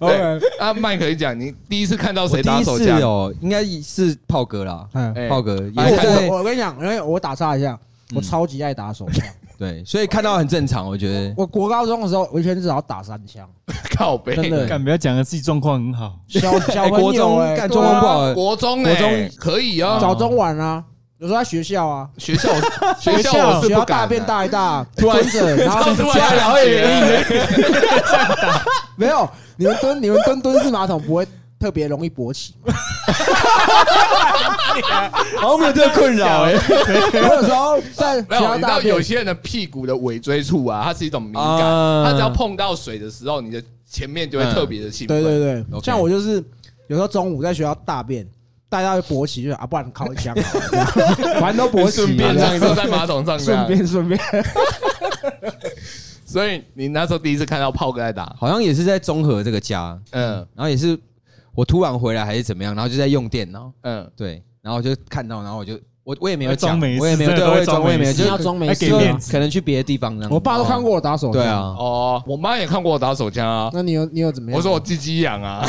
S2: 对啊，麦可以讲，你第一次看到谁打手
S4: 我第一次
S2: 枪？
S4: 哦，应该是炮哥啦，
S1: 嗯，
S2: 哎
S4: 炮哥
S1: 因为
S4: 也
S1: 我真的
S4: 在
S1: 我跟你讲，因为我打岔一下，我超级爱打手枪。
S4: 对，所以看到很正常，我觉得。
S1: 我国高中的时候，我一天至少打三枪，
S2: 靠背，
S1: 真的
S3: 干不要讲的自己状况很好，
S1: 小小
S4: 哎
S1: 朋
S4: 国
S1: 友
S4: 中
S1: 哎，
S4: 干
S1: 对
S4: 状
S1: 啊
S4: 况不好，
S2: 国中哎、
S4: 国中
S2: 可以啊，
S1: 早中晚啊，有时候在学校啊，
S2: 学校学
S1: 校
S2: 校我是
S1: 学
S2: 不
S1: 校
S2: 敢、
S1: 大
S2: 啊，
S1: 便大一大，蹲着，然后
S2: 突然
S4: 然后也
S1: 没有，你们蹲你们蹲蹲式马桶不会特别容易勃起吗？
S4: 好像没有这个困扰哎。
S1: 我有时候在学
S2: 没有，
S1: 校
S2: 你知道
S1: 大
S2: 有
S1: 便，
S2: 些人的屁股的尾椎处啊，它是一种敏感，
S4: 啊
S2: 它只要碰到水的时候，你的前面就会特别的兴奋。
S1: 对对对，
S4: OK
S1: 像我就是有时候中午在学校大便。大家会勃起，就是啊，不然靠一枪 好了，这样反正都
S4: 啊
S1: 勃起
S2: 顺
S1: 嘛，
S2: 便
S1: 这
S2: 让
S1: 样
S2: 你坐在马桶上啊这
S1: 顺
S2: 样，
S1: 便顺便，
S2: 所以你那时候第一次看到炮哥在打，
S4: 好像也是在中和这个家，
S2: 嗯
S4: 然后也是我突然回来还是怎么样，然后就在用电脑，
S2: 嗯，
S4: 对，然后我就看到，然后我就我我也没有
S3: 装
S4: 讲，
S3: 没事
S4: 我也没有
S3: 真的
S4: 对，
S3: 都
S4: 我
S3: 会装
S4: 也装，我也没有，
S3: 没事
S4: 就
S1: 要装没
S3: 还
S1: 事
S3: 给面
S1: 啊
S3: 子。
S4: 可能去别的地方这样。
S1: 我爸都看过我打手
S4: 对
S1: 枪，
S4: 啊，
S2: 哦，我妈也看过我打手枪啊，
S1: 那你有你有怎么样？
S2: 我说我鸡鸡痒啊，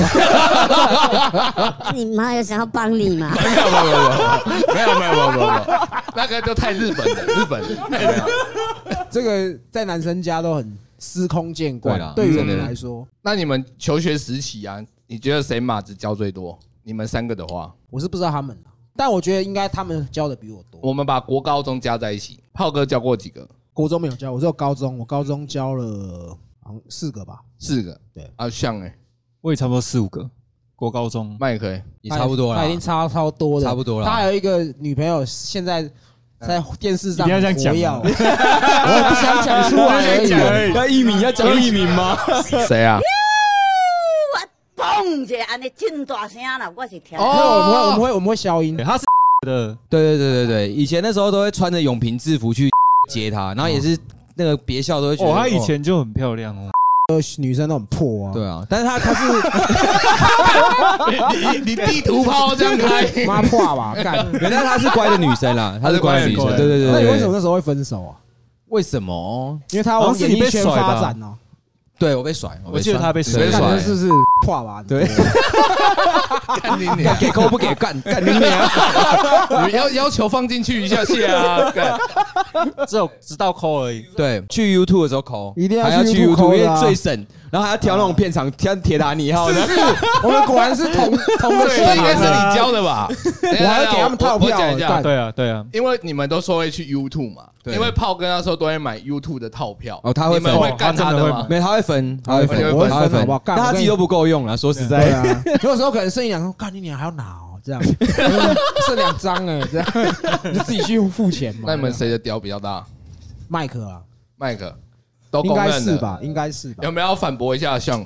S5: 那你妈有想要帮 你吗？
S2: 没有没有没有没有没有没有没有没有，那个就太日本了，日本太日本了
S1: 这个在男生家都很司空见
S4: 对
S2: 啊
S1: 惯
S4: 啦，
S1: 对于我们
S2: 真的
S1: 来说，
S2: 那你们求学时期啊，你觉得谁码子教最多？你们三个的话，
S1: 我是不知道他们啦，但我觉得应该他们教的比我多。
S2: 我们把国高中加在一起，炮哥教过几个？
S1: 国中没有教，我只有高中，我高中教了好像四个吧，
S2: 四个。
S1: 对
S2: 啊，像哎、欸，
S3: 我也差不多四五个，国高中
S2: 麦克、 欸，
S4: 也差不多
S1: 他
S4: 啦
S1: 已，经差超多了，
S4: 差不多啦嗯
S1: 他还有一个女朋友，现在在电视上
S3: 一定要这样讲
S1: 活跃
S3: 吗
S1: 啊 我不想讲出来而已。
S4: 啊要艺名要讲艺名吗？
S2: 谁啊？
S6: 砰一下，安尼真大声啦，我是听。
S1: 哦，我们会我们会我们会消音
S3: 对，他是的，
S4: 对对对对对，以前那时候都会穿着泳瓶制服去 接他，然后也是那个别校都会觉得
S3: 哦，他以前就很漂亮哦，
S1: 女生都很破
S4: 哦
S1: 啊。
S4: 对啊，但是他他是
S2: 你你地图炮这样开？
S1: 妈破啊 吧，干！
S4: 原来他是乖的女生啦，她是乖的女生，
S2: 她是乖的女生
S4: 对对对对。
S1: 那你
S4: 对
S1: 为什么？那时候会分手啊？
S4: 为什么？
S1: 因为他
S3: 好
S1: 往
S3: 像是
S1: 演
S3: 你
S1: 艺
S3: 被
S1: 圈
S3: 甩吧
S1: 发展哦，
S4: 对我被甩，
S3: 我记得他被
S2: 被
S3: 甩
S2: 甩
S1: 感觉是不是破啊吧？
S4: 对，
S2: 干你
S4: 干
S2: 你
S4: 给扣不给干干你娘！
S2: 要要求放进去一下 下啊！干
S3: 只有直到抠而已。
S4: 对，去 YouTube 的时候扣，
S1: 一定要
S4: 还要
S1: 去
S4: 去
S1: YouTube 扣
S4: YouTube，因
S1: 的啊
S4: 为最省，然后还要挑那种片场，挑铁达尼号的。
S1: 我们果然是同同个
S2: 对，
S1: 系
S2: 这应该是
S1: 统的。
S2: 你教 的吧？我
S1: 还要给他们套票
S2: 我讲一下
S1: 干，
S3: 对啊，对啊，
S2: 因为你们都说会去 YouTube 嘛，
S4: 对
S2: 因为炮哥那时候都会买 YouTube 的套票。
S4: 哦他会
S2: 你们会干他的
S3: 哦他真的会
S2: 吗
S3: 买？
S4: 没，他会分，他会分，
S2: 我会分
S4: 他会
S1: 好
S4: 分
S1: 不好干，
S4: 但他自己都不够用了。说实
S1: 对
S4: 在，
S1: 啊，有时候可能剩一两张，干你娘还要拿哦，这 样剩两张哎，这样你自己去付钱嘛。
S2: 那你们谁的屌比较大？
S1: 麦克啊，
S2: 麦克，都
S1: 应
S2: 公认
S1: 该
S2: 的
S1: 是吧？应该是吧
S2: 有？没有要反驳一下像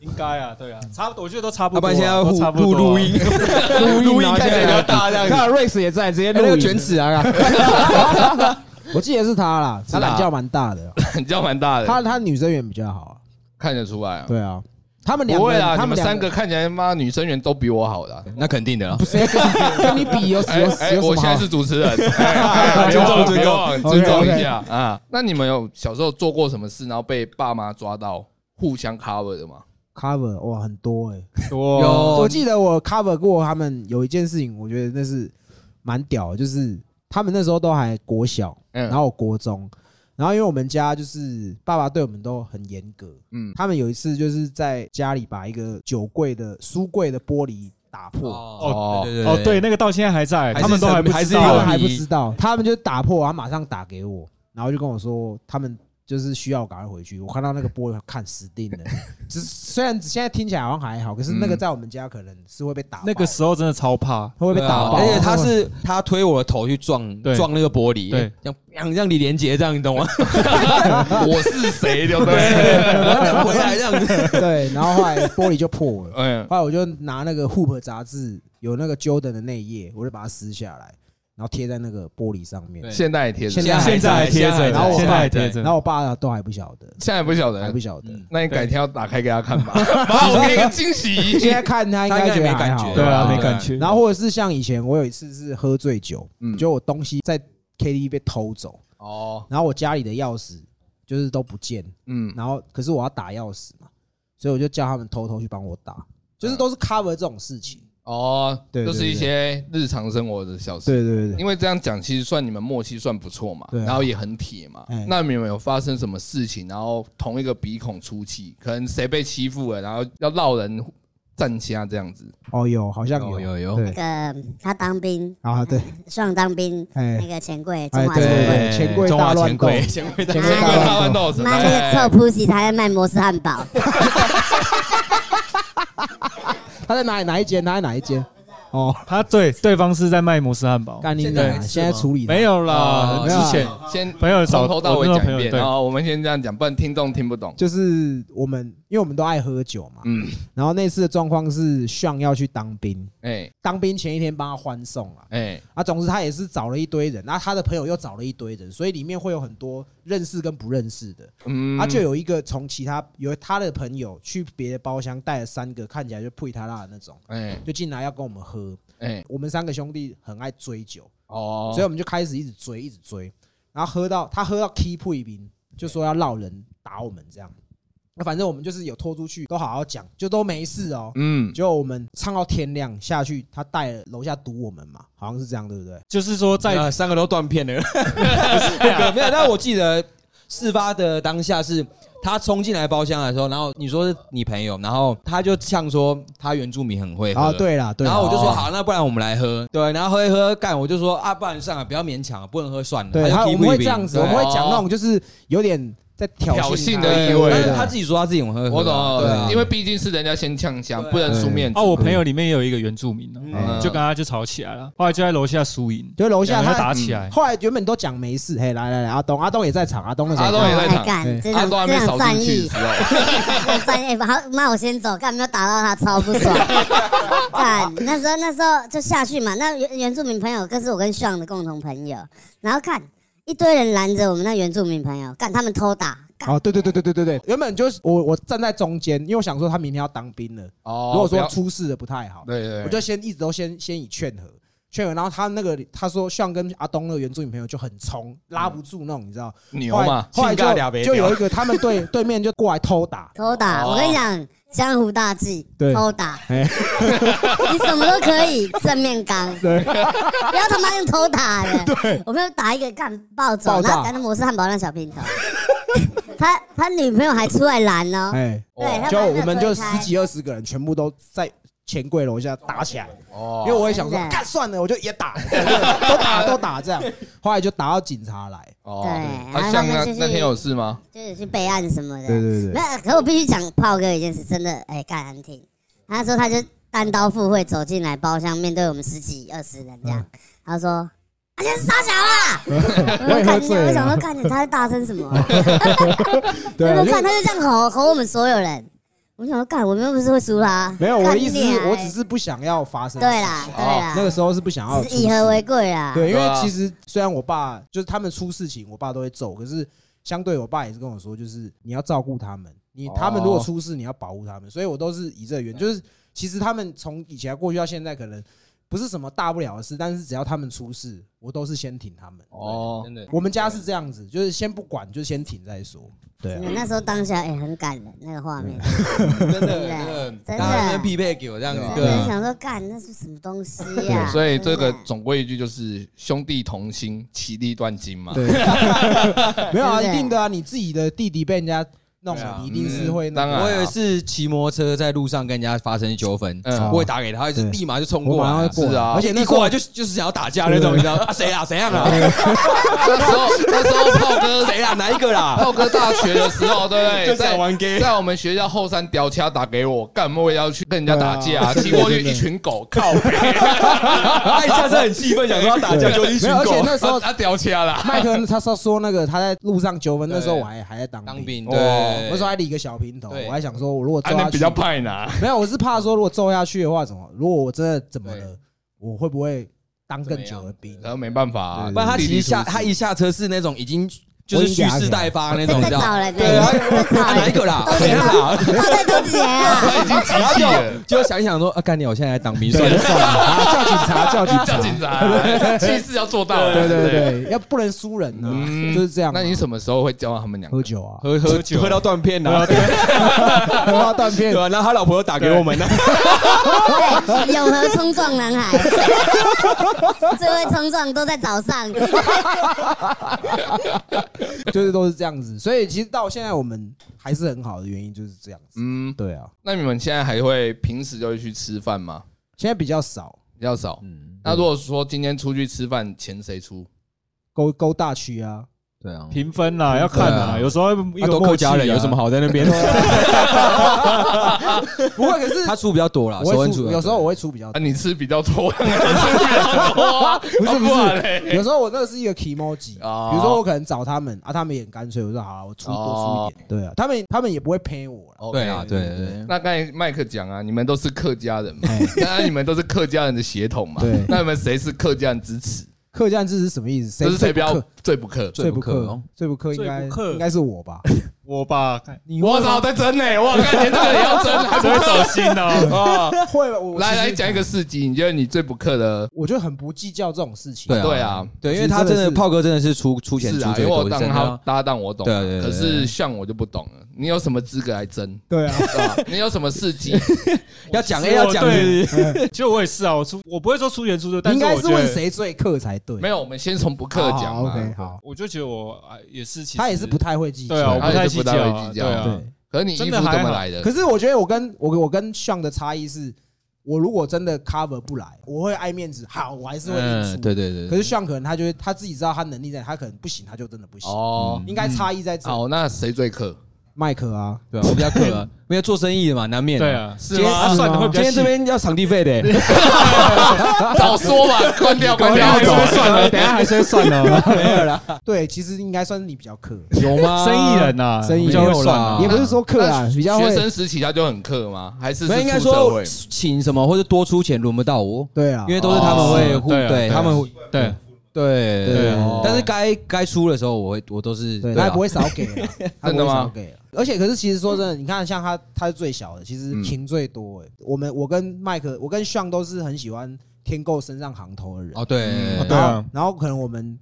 S3: 应该啊，对啊，差不多，我觉得都差不
S4: 要不
S3: 多啊，
S4: 然现在 要
S3: 都
S4: 录
S3: 差不
S4: 录
S3: 多啊
S4: 录音，录音
S1: 拿
S4: 看
S1: 下
S4: 谁
S1: 来
S4: 比较大这样子。
S1: 看 Rex 也在，直接
S4: 哎那
S1: 录
S4: 个
S1: 影
S4: 卷尺啊，
S1: 我记得是他啦，他
S2: 他啦
S1: 懒觉蛮大的，
S2: 你叫蛮大的，
S1: 他他女生缘比较好啊。
S2: 看得出来啊。
S1: 对啊，他们两
S2: 不
S1: 个
S2: 会
S1: 人，
S2: 啦，
S1: 他
S2: 你们
S1: 两
S2: 三个看起来妈女生缘都比我好啊啦。
S4: 那肯定的啦。
S1: 不是 跟你比有有
S2: 哎
S1: 有
S2: 哎，
S1: 什
S2: 我
S1: 么
S2: 现在
S1: 好
S2: 是？主持人，哎哎别忘了
S4: 尊重
S2: 别忘了
S1: OK，OK
S2: 尊重一下啊。那你们有小时候做过什么事，然后被爸妈抓到互相 cover 的吗？
S1: cover 哇很多哎、
S3: 多啊
S4: 有
S2: 哦
S1: 我记得我 cover 过他们有一件事情，我觉得那是蛮屌的，就是他们那时候都还国小，
S2: 嗯
S1: 然后我国中，然后因为我们家就是爸爸对我们都很严格，
S2: 嗯
S1: 嗯，他们有一次就是在家里把一个酒柜的书柜的玻璃打破。
S2: 哦
S4: 对对
S3: 哦，对，，那个到现在还在，
S4: 还是
S3: 他们都还不
S4: 还
S3: 知
S4: 是
S1: 他们
S3: 道
S4: 有。
S1: 还不知道，他们就打破，然后马上打给我，然后就跟我说他们就是需要我赶快回去。我看到那个玻璃，看死定了。只是虽然现在听起来好像还好，可是那个
S2: 嗯
S1: 在我们家可能是会被打爆，
S3: 那个时候真的超怕，
S1: 会被
S4: 对
S1: 打
S4: 啊
S1: 爆。
S4: 而且他是他推我的头去撞
S3: 对
S4: 撞那个玻璃，
S3: 对
S4: 像像像李连杰这样，你懂吗？
S2: 我是 谁，对不对？
S4: 回来这样子，
S1: 对，然后后来玻璃就破了。
S2: 嗯，
S3: 哎
S1: 后来我就拿那个 Hoop 杂志有那个 Jordan 的那一页，我就把它撕下来，然后贴在那个玻璃上面。
S4: 对
S2: 现在也贴着，
S1: 现
S2: 现
S1: 在
S3: 现在还贴着，
S4: 现
S1: 在还在
S3: 现在还贴着。
S1: 然后我爸都还不晓得，
S2: 在还不晓
S1: 还
S2: 得
S1: 不。晓得。
S2: 那你改天要打开给他看 吧，妈，我给你个惊喜。
S1: 现在看他应该觉得还好
S4: 他应该没感觉
S3: 对啊，
S4: 对
S3: 没感觉。
S1: 然后或者是像以前我有一次是喝醉酒
S2: 嗯，
S1: 就我东西在 KTV 被偷走，
S2: 哦，
S1: 然后我家里的钥匙就是都不见，
S2: 嗯，
S1: 然后可是我要打钥匙嘛，所以我就叫他们偷偷去帮我打，就是都是 cover 这种事情。
S2: 哦，
S1: 对对
S2: 就是一些日常生活的小事。
S1: 对对对对，
S2: 因为这样讲，其实算你们默契算不错嘛，
S1: 对啊
S2: 然后也很铁嘛
S1: 哎。
S2: 那你们有发生什么事情，然后同一个鼻孔出气，可能谁被欺负了，然后要闹人站起来这样子，
S1: 哦有好像
S4: 有
S1: 有
S4: 有有
S1: 对
S5: 那个他当兵，
S1: 啊对，
S5: 爽当兵，
S1: 哎
S5: 那个钱柜，中
S1: 哎
S5: 华钱柜，
S1: 对钱柜
S4: 中
S1: 大
S4: 华
S1: 乱
S4: 钱
S1: 斗
S4: 柜，钱柜大
S1: 前
S5: 妈
S1: 柜
S5: 那
S1: 大
S5: 个
S2: 大
S1: 乱
S2: 乱
S1: 斗，
S2: 斗神，
S5: 妈那
S2: 哎
S5: 个臭pussy 才在卖摩斯汉堡，
S1: 他在哪里哪一间？他在哪一间？哦，
S3: 他对对方是在卖摩斯汉堡，
S1: 干你
S4: 哦现在
S1: 娘！
S4: 还是
S1: 现在
S4: 吗
S1: 处理他
S3: 没有啊啦，
S4: 哦
S1: 啊
S3: 之前
S2: 先
S3: 朋友找
S2: 从头到尾
S3: 我那个
S2: 讲一
S3: 朋友
S2: 遍，
S3: 对
S2: 然后我们先这样讲，不然听众听不懂。
S1: 就是我们，因为我们都爱喝酒嘛，
S2: 嗯，
S1: 然后那次的状况是炫要去当兵，
S2: 哎
S1: 当兵前一天帮他欢送啊，
S2: 哎，
S1: 啊，总之他也是找了一堆人，那他的朋友又找了一堆人，所以里面会有很多认识跟不认识的。
S2: 嗯
S1: 他啊就有一个从其他有他的朋友去别的包厢带了三个看起来就配他辣的那种，
S2: 哎
S1: 就进来要跟我们喝。
S2: 哎
S1: 我们三个兄弟很爱追酒，
S2: 哦，
S1: 所以我们就开始一直追，一直追，然后喝到他喝到 keep 一瓶，就说要闹人打我们这样。那反正我们就是有拖出去，都好好讲，就都没事哦。
S2: 嗯
S1: 结果我们唱到天亮下去，他带了楼下堵我们嘛，好像是这样，对不对？
S3: 就是说在
S4: 啊三个都断 片了。
S1: 啊
S4: 没有，但我记得事发的当下是他冲进来包厢的时候，然后你说是你朋友，然后他就呛说他原住民很会喝
S1: 啊，。对啦，对啦。
S4: 然后我就说好，那不然我们来喝，对，然后喝一喝，干，我就说啊，不然算了，不要勉强了，不能喝算了。
S1: 对，他
S4: 他就
S1: 我
S4: 提
S1: 们会
S4: 不一
S1: 这
S4: 瓶
S1: 样子，
S4: 对
S1: 我们会讲那种就是有点在挑
S2: 挑
S1: 衅
S2: 衅
S1: 他
S2: 的意
S1: 对
S2: 味
S1: 对
S4: 但
S1: 对
S4: 是他自己说他自己很会喝，
S2: 我懂了，
S4: 对啊
S2: 因为毕竟是人家先呛香，
S4: 对啊
S2: 不能输面子。
S3: 哦，我朋友里面也有一个原住民
S4: 嗯
S3: 哦，
S2: 嗯
S3: 就跟他就吵起来了，后来就在楼下输赢，
S1: 就楼下
S3: 两个
S1: 他
S3: 打起来，
S1: 后来原本都讲没事，嘿，来来来，阿东，阿东也在场，阿东那时候
S2: 阿东也在场
S5: 哎干这
S2: 他
S5: 场
S2: 啊都还
S5: 这
S2: 没
S5: 场
S2: 扫
S5: 战
S2: 进去的
S5: 役
S2: 时，候，
S5: 我半夜哎好妈，我先走，干没有打到他，超 不爽。干那时候那时候就下去嘛，那原原住民朋友，可是我跟上的共同朋友，然后看一堆人拦着我们那原住民朋友，干他们偷打，干
S1: 哦，对对对对对对对，原本就是我我站在中间，因为我想说他明天要当兵了，
S2: 哦
S1: 如果
S2: 不
S1: 说
S2: 要
S1: 出事了不太好，
S2: 对对，
S1: 我就先一直都先先以劝和。劝和，然后他那个他说，像跟阿东那个原住民朋友就很冲，拉不住那种，你知道？
S2: 嗯牛
S1: 后来
S2: 嘛，
S1: 后来
S4: 性格俩
S1: 就
S4: 没
S1: 就
S4: 聊
S1: 有一个他们对对面就过来偷打，
S5: 偷打。
S2: 哦
S5: 我跟你讲，江湖大忌
S1: 对，
S5: 偷打，
S1: 哎，
S5: 你什么都可以正面刚，不
S1: 对，
S5: 要他妈用偷打 的。我朋友打一个干暴
S1: 暴
S5: 走，
S1: 打
S5: 然后打那摩斯汉堡那小平头，他他女朋友还出来拦哦。
S1: 哎，
S5: 对，他
S1: 就
S5: 把那个
S1: 我们就
S5: 推
S1: 十
S5: 开
S1: 几二十个人，全部都在钱柜楼下打起来。
S2: 哦
S1: 因为我也想说
S5: 真，的
S1: 干算了，我就也打， 都打都打这样。后来就打到警察来。
S2: 哦
S5: 对
S2: 啊
S5: 然后
S2: 像
S5: 他
S2: 那
S5: 们就是
S2: 那天有事吗？
S5: 就是去备案什么的。
S1: 对，
S5: 那可我必须讲炮哥一件事，真的哎，干很挺。他说他就单刀赴会走进来包厢，面对我们十几二十人这样，
S1: 嗯
S5: 他说。他先傻 小啦！
S1: 我
S5: 我
S1: 也喝
S5: 感
S1: 醉
S5: 觉
S1: 了
S5: 我想说，看你他在大声什么？
S1: 对啊，因为
S5: 我就看他就这样吼吼我们所有人。我想说，干我们又不是会输啦。
S1: 没有我的意思
S5: 干你
S1: 是
S5: 啊
S1: 我只是不想要发生。
S5: 对啦，对啦，
S1: 那个时候是不想要
S5: 只
S1: 出
S5: 是
S1: 事。
S5: 以和为贵啦。
S1: 对，因
S2: 对
S1: 为
S2: 啊
S1: 其实虽然我爸就是他们出事情，我爸都会揍，可是相对我爸也是跟我说，就是你要照顾他们，你他们如果出事，你要保护他们。所以我都是以这个原，就是其实他们从以前过去到现在，可能不是什么大不了的事，但是只要他们出事，我都是先挺他们。
S2: 哦，
S4: 真的，
S1: 我们家是这样子，就是先不管，就先挺再说。对嗯啊
S5: 真的那时候当下也哎很感人，那个画面，
S4: 真的，
S5: 对
S4: 真的，
S5: 真的
S4: 大家在那边匹配给我这样子
S2: 对啊
S4: 一
S5: 真的
S4: 个，
S5: 想说干那是什么东西呀？
S2: 所以
S5: 真
S2: 这
S5: 啊的
S2: 个总归一句就是兄弟同心，其利断金 嘛。
S1: 对，嗯 没有啊，
S5: 对
S1: 一定的啊，你自己的弟弟被人家弄
S3: 对啊
S1: 了，你一定是会那
S2: 嗯当
S1: 个
S2: 然啊
S4: 我有一次骑摩托车在路上跟人家发生纠纷，
S2: 嗯
S4: 我也打给他，他就立马就冲
S1: 我
S4: 过
S1: 马上会，
S4: 来啊
S1: 过
S2: 是
S1: 来，
S2: 啊
S1: 而且
S4: 一
S1: 那时
S4: 过
S1: 候
S4: 来就就是想要打架那种，你知道吗？啊谁啊？谁啊？
S2: 那时候那时候炮哥
S4: 谁啊？哪一个啦？
S2: 炮哥大学的时候，对不对？
S4: 就想玩 gay
S2: 在在我们学校后山吊掐打给我，干我也要去跟人家打架、啊，
S1: 对啊
S2: 骑过去一群狗，靠北，
S4: 他一哎下车很气愤，想说要打架，就一
S1: 没
S4: 群
S1: 有，而且
S4: 狗。
S1: 那时候
S2: 他吊掐 啦。
S1: 麦克他说说那个他在路上纠纷，
S4: 对
S1: 那时候我还还在当
S4: 当兵，
S2: 哦
S4: 对，
S1: 我那时候还理个小平头，
S4: 对
S1: 我还想说，我如果
S2: 啊，
S1: 揍
S2: 你
S1: 下
S2: 比
S1: 去
S2: 较，派呢，
S1: 没有，我是怕说如果揍下去的话，怎么？如果我真的怎么
S4: 对
S1: 了，我会不会当更久的兵？
S2: 然后没办法、啊，
S4: 不然他
S2: 弟
S4: 其
S2: 弟
S4: 实下
S2: 出事
S4: 他一下车是那种已经就是蓄势待发那
S5: 这
S4: 种，你
S5: 这
S4: 知道
S5: 找
S4: 吗？
S5: 人呢，
S4: 对啊，啊哪一
S5: 这
S4: 个啦
S5: 都？是
S4: 谁啊啦？
S5: 找人，都在自己啊，
S2: 他已经
S4: 然
S2: 极
S4: 后
S2: 限了。
S4: 就就想一想说，啊，干你，我现在来当兵算了。
S1: 算了啊叫警察，叫警
S2: 叫
S1: 察，
S2: 警察，气势要做到啊。
S1: 对对对， 要不能输人呢，
S2: 嗯
S1: 就是这样啊。
S2: 那你什么时候会教到他们两个
S1: 喝？酒啊，
S4: 喝喝酒喝到断片了，
S1: 喝到断片
S4: 对，啊，然后他老婆又打给我们了，
S5: 对，永和冲撞男孩， 最会冲撞都在早上，
S1: 就是都是这样子。所以其实到现在我们还是很好的原因就是这样子。
S2: 嗯，
S1: 对啊，
S2: 那你们现在还会平时就会去吃饭吗？
S1: 现在比较少
S2: 比较少。那如果说今天出去吃饭，钱谁出？
S1: 勾勾大区啊，
S4: 对啊
S3: 平分啦，要看
S2: 对
S3: 啦，
S2: 啊
S3: 有时候一
S4: 他
S3: 个
S4: 都
S3: 默
S4: 客
S3: 契
S4: 家人，
S3: 嗯啊
S4: 有什么？好在那边？
S1: 不会，可是
S4: 他出比较多啦，
S1: 我
S4: 手
S1: 会
S4: 恩出
S1: 出，
S4: 的
S1: 有时候我会出比较
S2: 啊，
S1: 多。
S2: 你吃比较多， 你吃比较多啊，不
S1: 不是不
S2: 然
S1: 是，
S2: 嘞
S1: 有时候我那个是一个 emoji，
S2: 哦
S1: 比如说我可能找他们啊，他们也很干脆，我说好啊，我出多出一点，对啊，他们他们也不会 pay 我了，
S4: 对啊，对对对。
S2: 那刚才麦克讲啊，你们都是客家人嘛
S1: 哎，
S2: 那你们都是客家人的血统嘛
S1: 对，
S2: 那你们谁是客家人支持？
S1: 客家字是什么意思？
S2: 就是谁比
S1: 不
S2: 较
S1: 客
S2: 最不客？
S1: 最不
S4: 最不客
S1: 客
S4: 哦
S1: 最不客应该
S3: 最不客
S1: 应该是我吧？
S3: 我吧，看
S1: 你
S2: 我操，在争呢！我看连这个也要争，还不
S3: 真会走心
S2: 啊！
S3: 哦。
S1: 会吧？我
S2: 来
S1: 其实
S2: 来讲一个事迹，你觉得你最不客的？
S1: 我就很不计较这种事情，
S4: 对啊，
S2: 对啊，
S4: 对，因为他真的炮哥真的是出出钱
S2: 是
S4: 出
S2: 啊，因
S4: 最
S2: 为
S4: 多
S2: 我
S4: 的，
S2: 当
S4: 真的
S2: 他
S4: 啊。
S2: 搭档，我懂啊。
S4: 对对对
S2: 可
S4: 对
S2: 是像我就不懂了，你有什么资格来争？
S1: 对啊，
S2: 是吧你有什么事迹？
S4: 要讲
S3: 其
S4: A
S3: 实
S4: 要
S3: 我
S4: 讲
S3: 对
S4: B，
S3: 就我也是啊，我出我不会说出原出错，但
S1: 应
S3: 是
S1: 该
S3: 我
S1: 是
S3: 觉得
S1: 问，谁最客才对，
S2: 没有，我们先从不客
S1: 好
S2: 讲啊
S1: 好，OK，
S2: 嘛。
S1: 好，
S3: 我就觉得我啊也是其实，
S1: 他也是不太会计较，
S3: 对啊，我
S2: 他也
S3: 太
S2: 是
S3: 计
S2: 不
S3: 较
S2: 太会
S3: 啊，
S2: 计较
S3: 对啊
S1: 对。
S2: 可是你衣服
S3: 真
S2: 怎
S3: 的还
S2: 么
S3: 好
S2: 来的？
S1: 可是我觉得我跟我我跟向的差异是，我如果真的 cover 不来，我会爱面子，好，我还是会演出。
S4: 嗯，对对对。
S1: 可是向可能他就会他自己知道他能力在哪，他可能不行，他就真的不行。
S2: 哦，
S1: 应该差异在
S4: 嗯
S1: 这。
S2: 好，那谁最客？
S1: 麦克啊，
S4: 对啊，我比较客啊，没有做生意的嘛，难免。
S3: 对，啊，
S2: 是
S3: 今天
S2: 吗
S3: 啊算的会比
S4: 今
S3: 较
S4: 天这
S3: 细
S4: 边要场地 费的，
S2: 早说嘛，关掉，关
S3: 等一下
S2: 掉，
S3: 还是会算的，等一下还是会算的，
S4: 啊 没有啦，
S1: 对，其实应该算是你比较克，
S4: 有吗？
S3: 生意人呐，
S1: 生意
S3: 比较会
S4: 嗯没有
S3: 算
S4: 啦
S3: 啊
S1: 也不是说克啊，比较
S2: 学
S1: 会
S2: 生时期他就很客吗？还是
S4: 没有，
S2: 是
S4: 应该
S2: 出社
S4: 说
S2: 会
S4: 请什么或者多出钱轮不到我，
S1: 对啊，
S4: 因为都是他们会互
S3: 哦对啊对
S4: 对，
S3: 啊
S4: 他们
S3: 对，
S4: 对
S1: 对
S2: 哦
S4: 但是该该出的时候，我会我都是
S1: 对，
S4: 啊
S1: 他也不会少给啊， 他不
S2: 真的
S1: 会
S2: 吗
S1: 少给啊。而且可是其实说真的，你看像他，他是最小的，其实
S2: 嗯
S1: 情最多欸。我们我跟麦克，我跟向都是很喜欢天购身上行头的人。
S4: 哦，对
S2: 嗯
S3: 对
S4: 对
S3: 啊
S1: 然后可能我们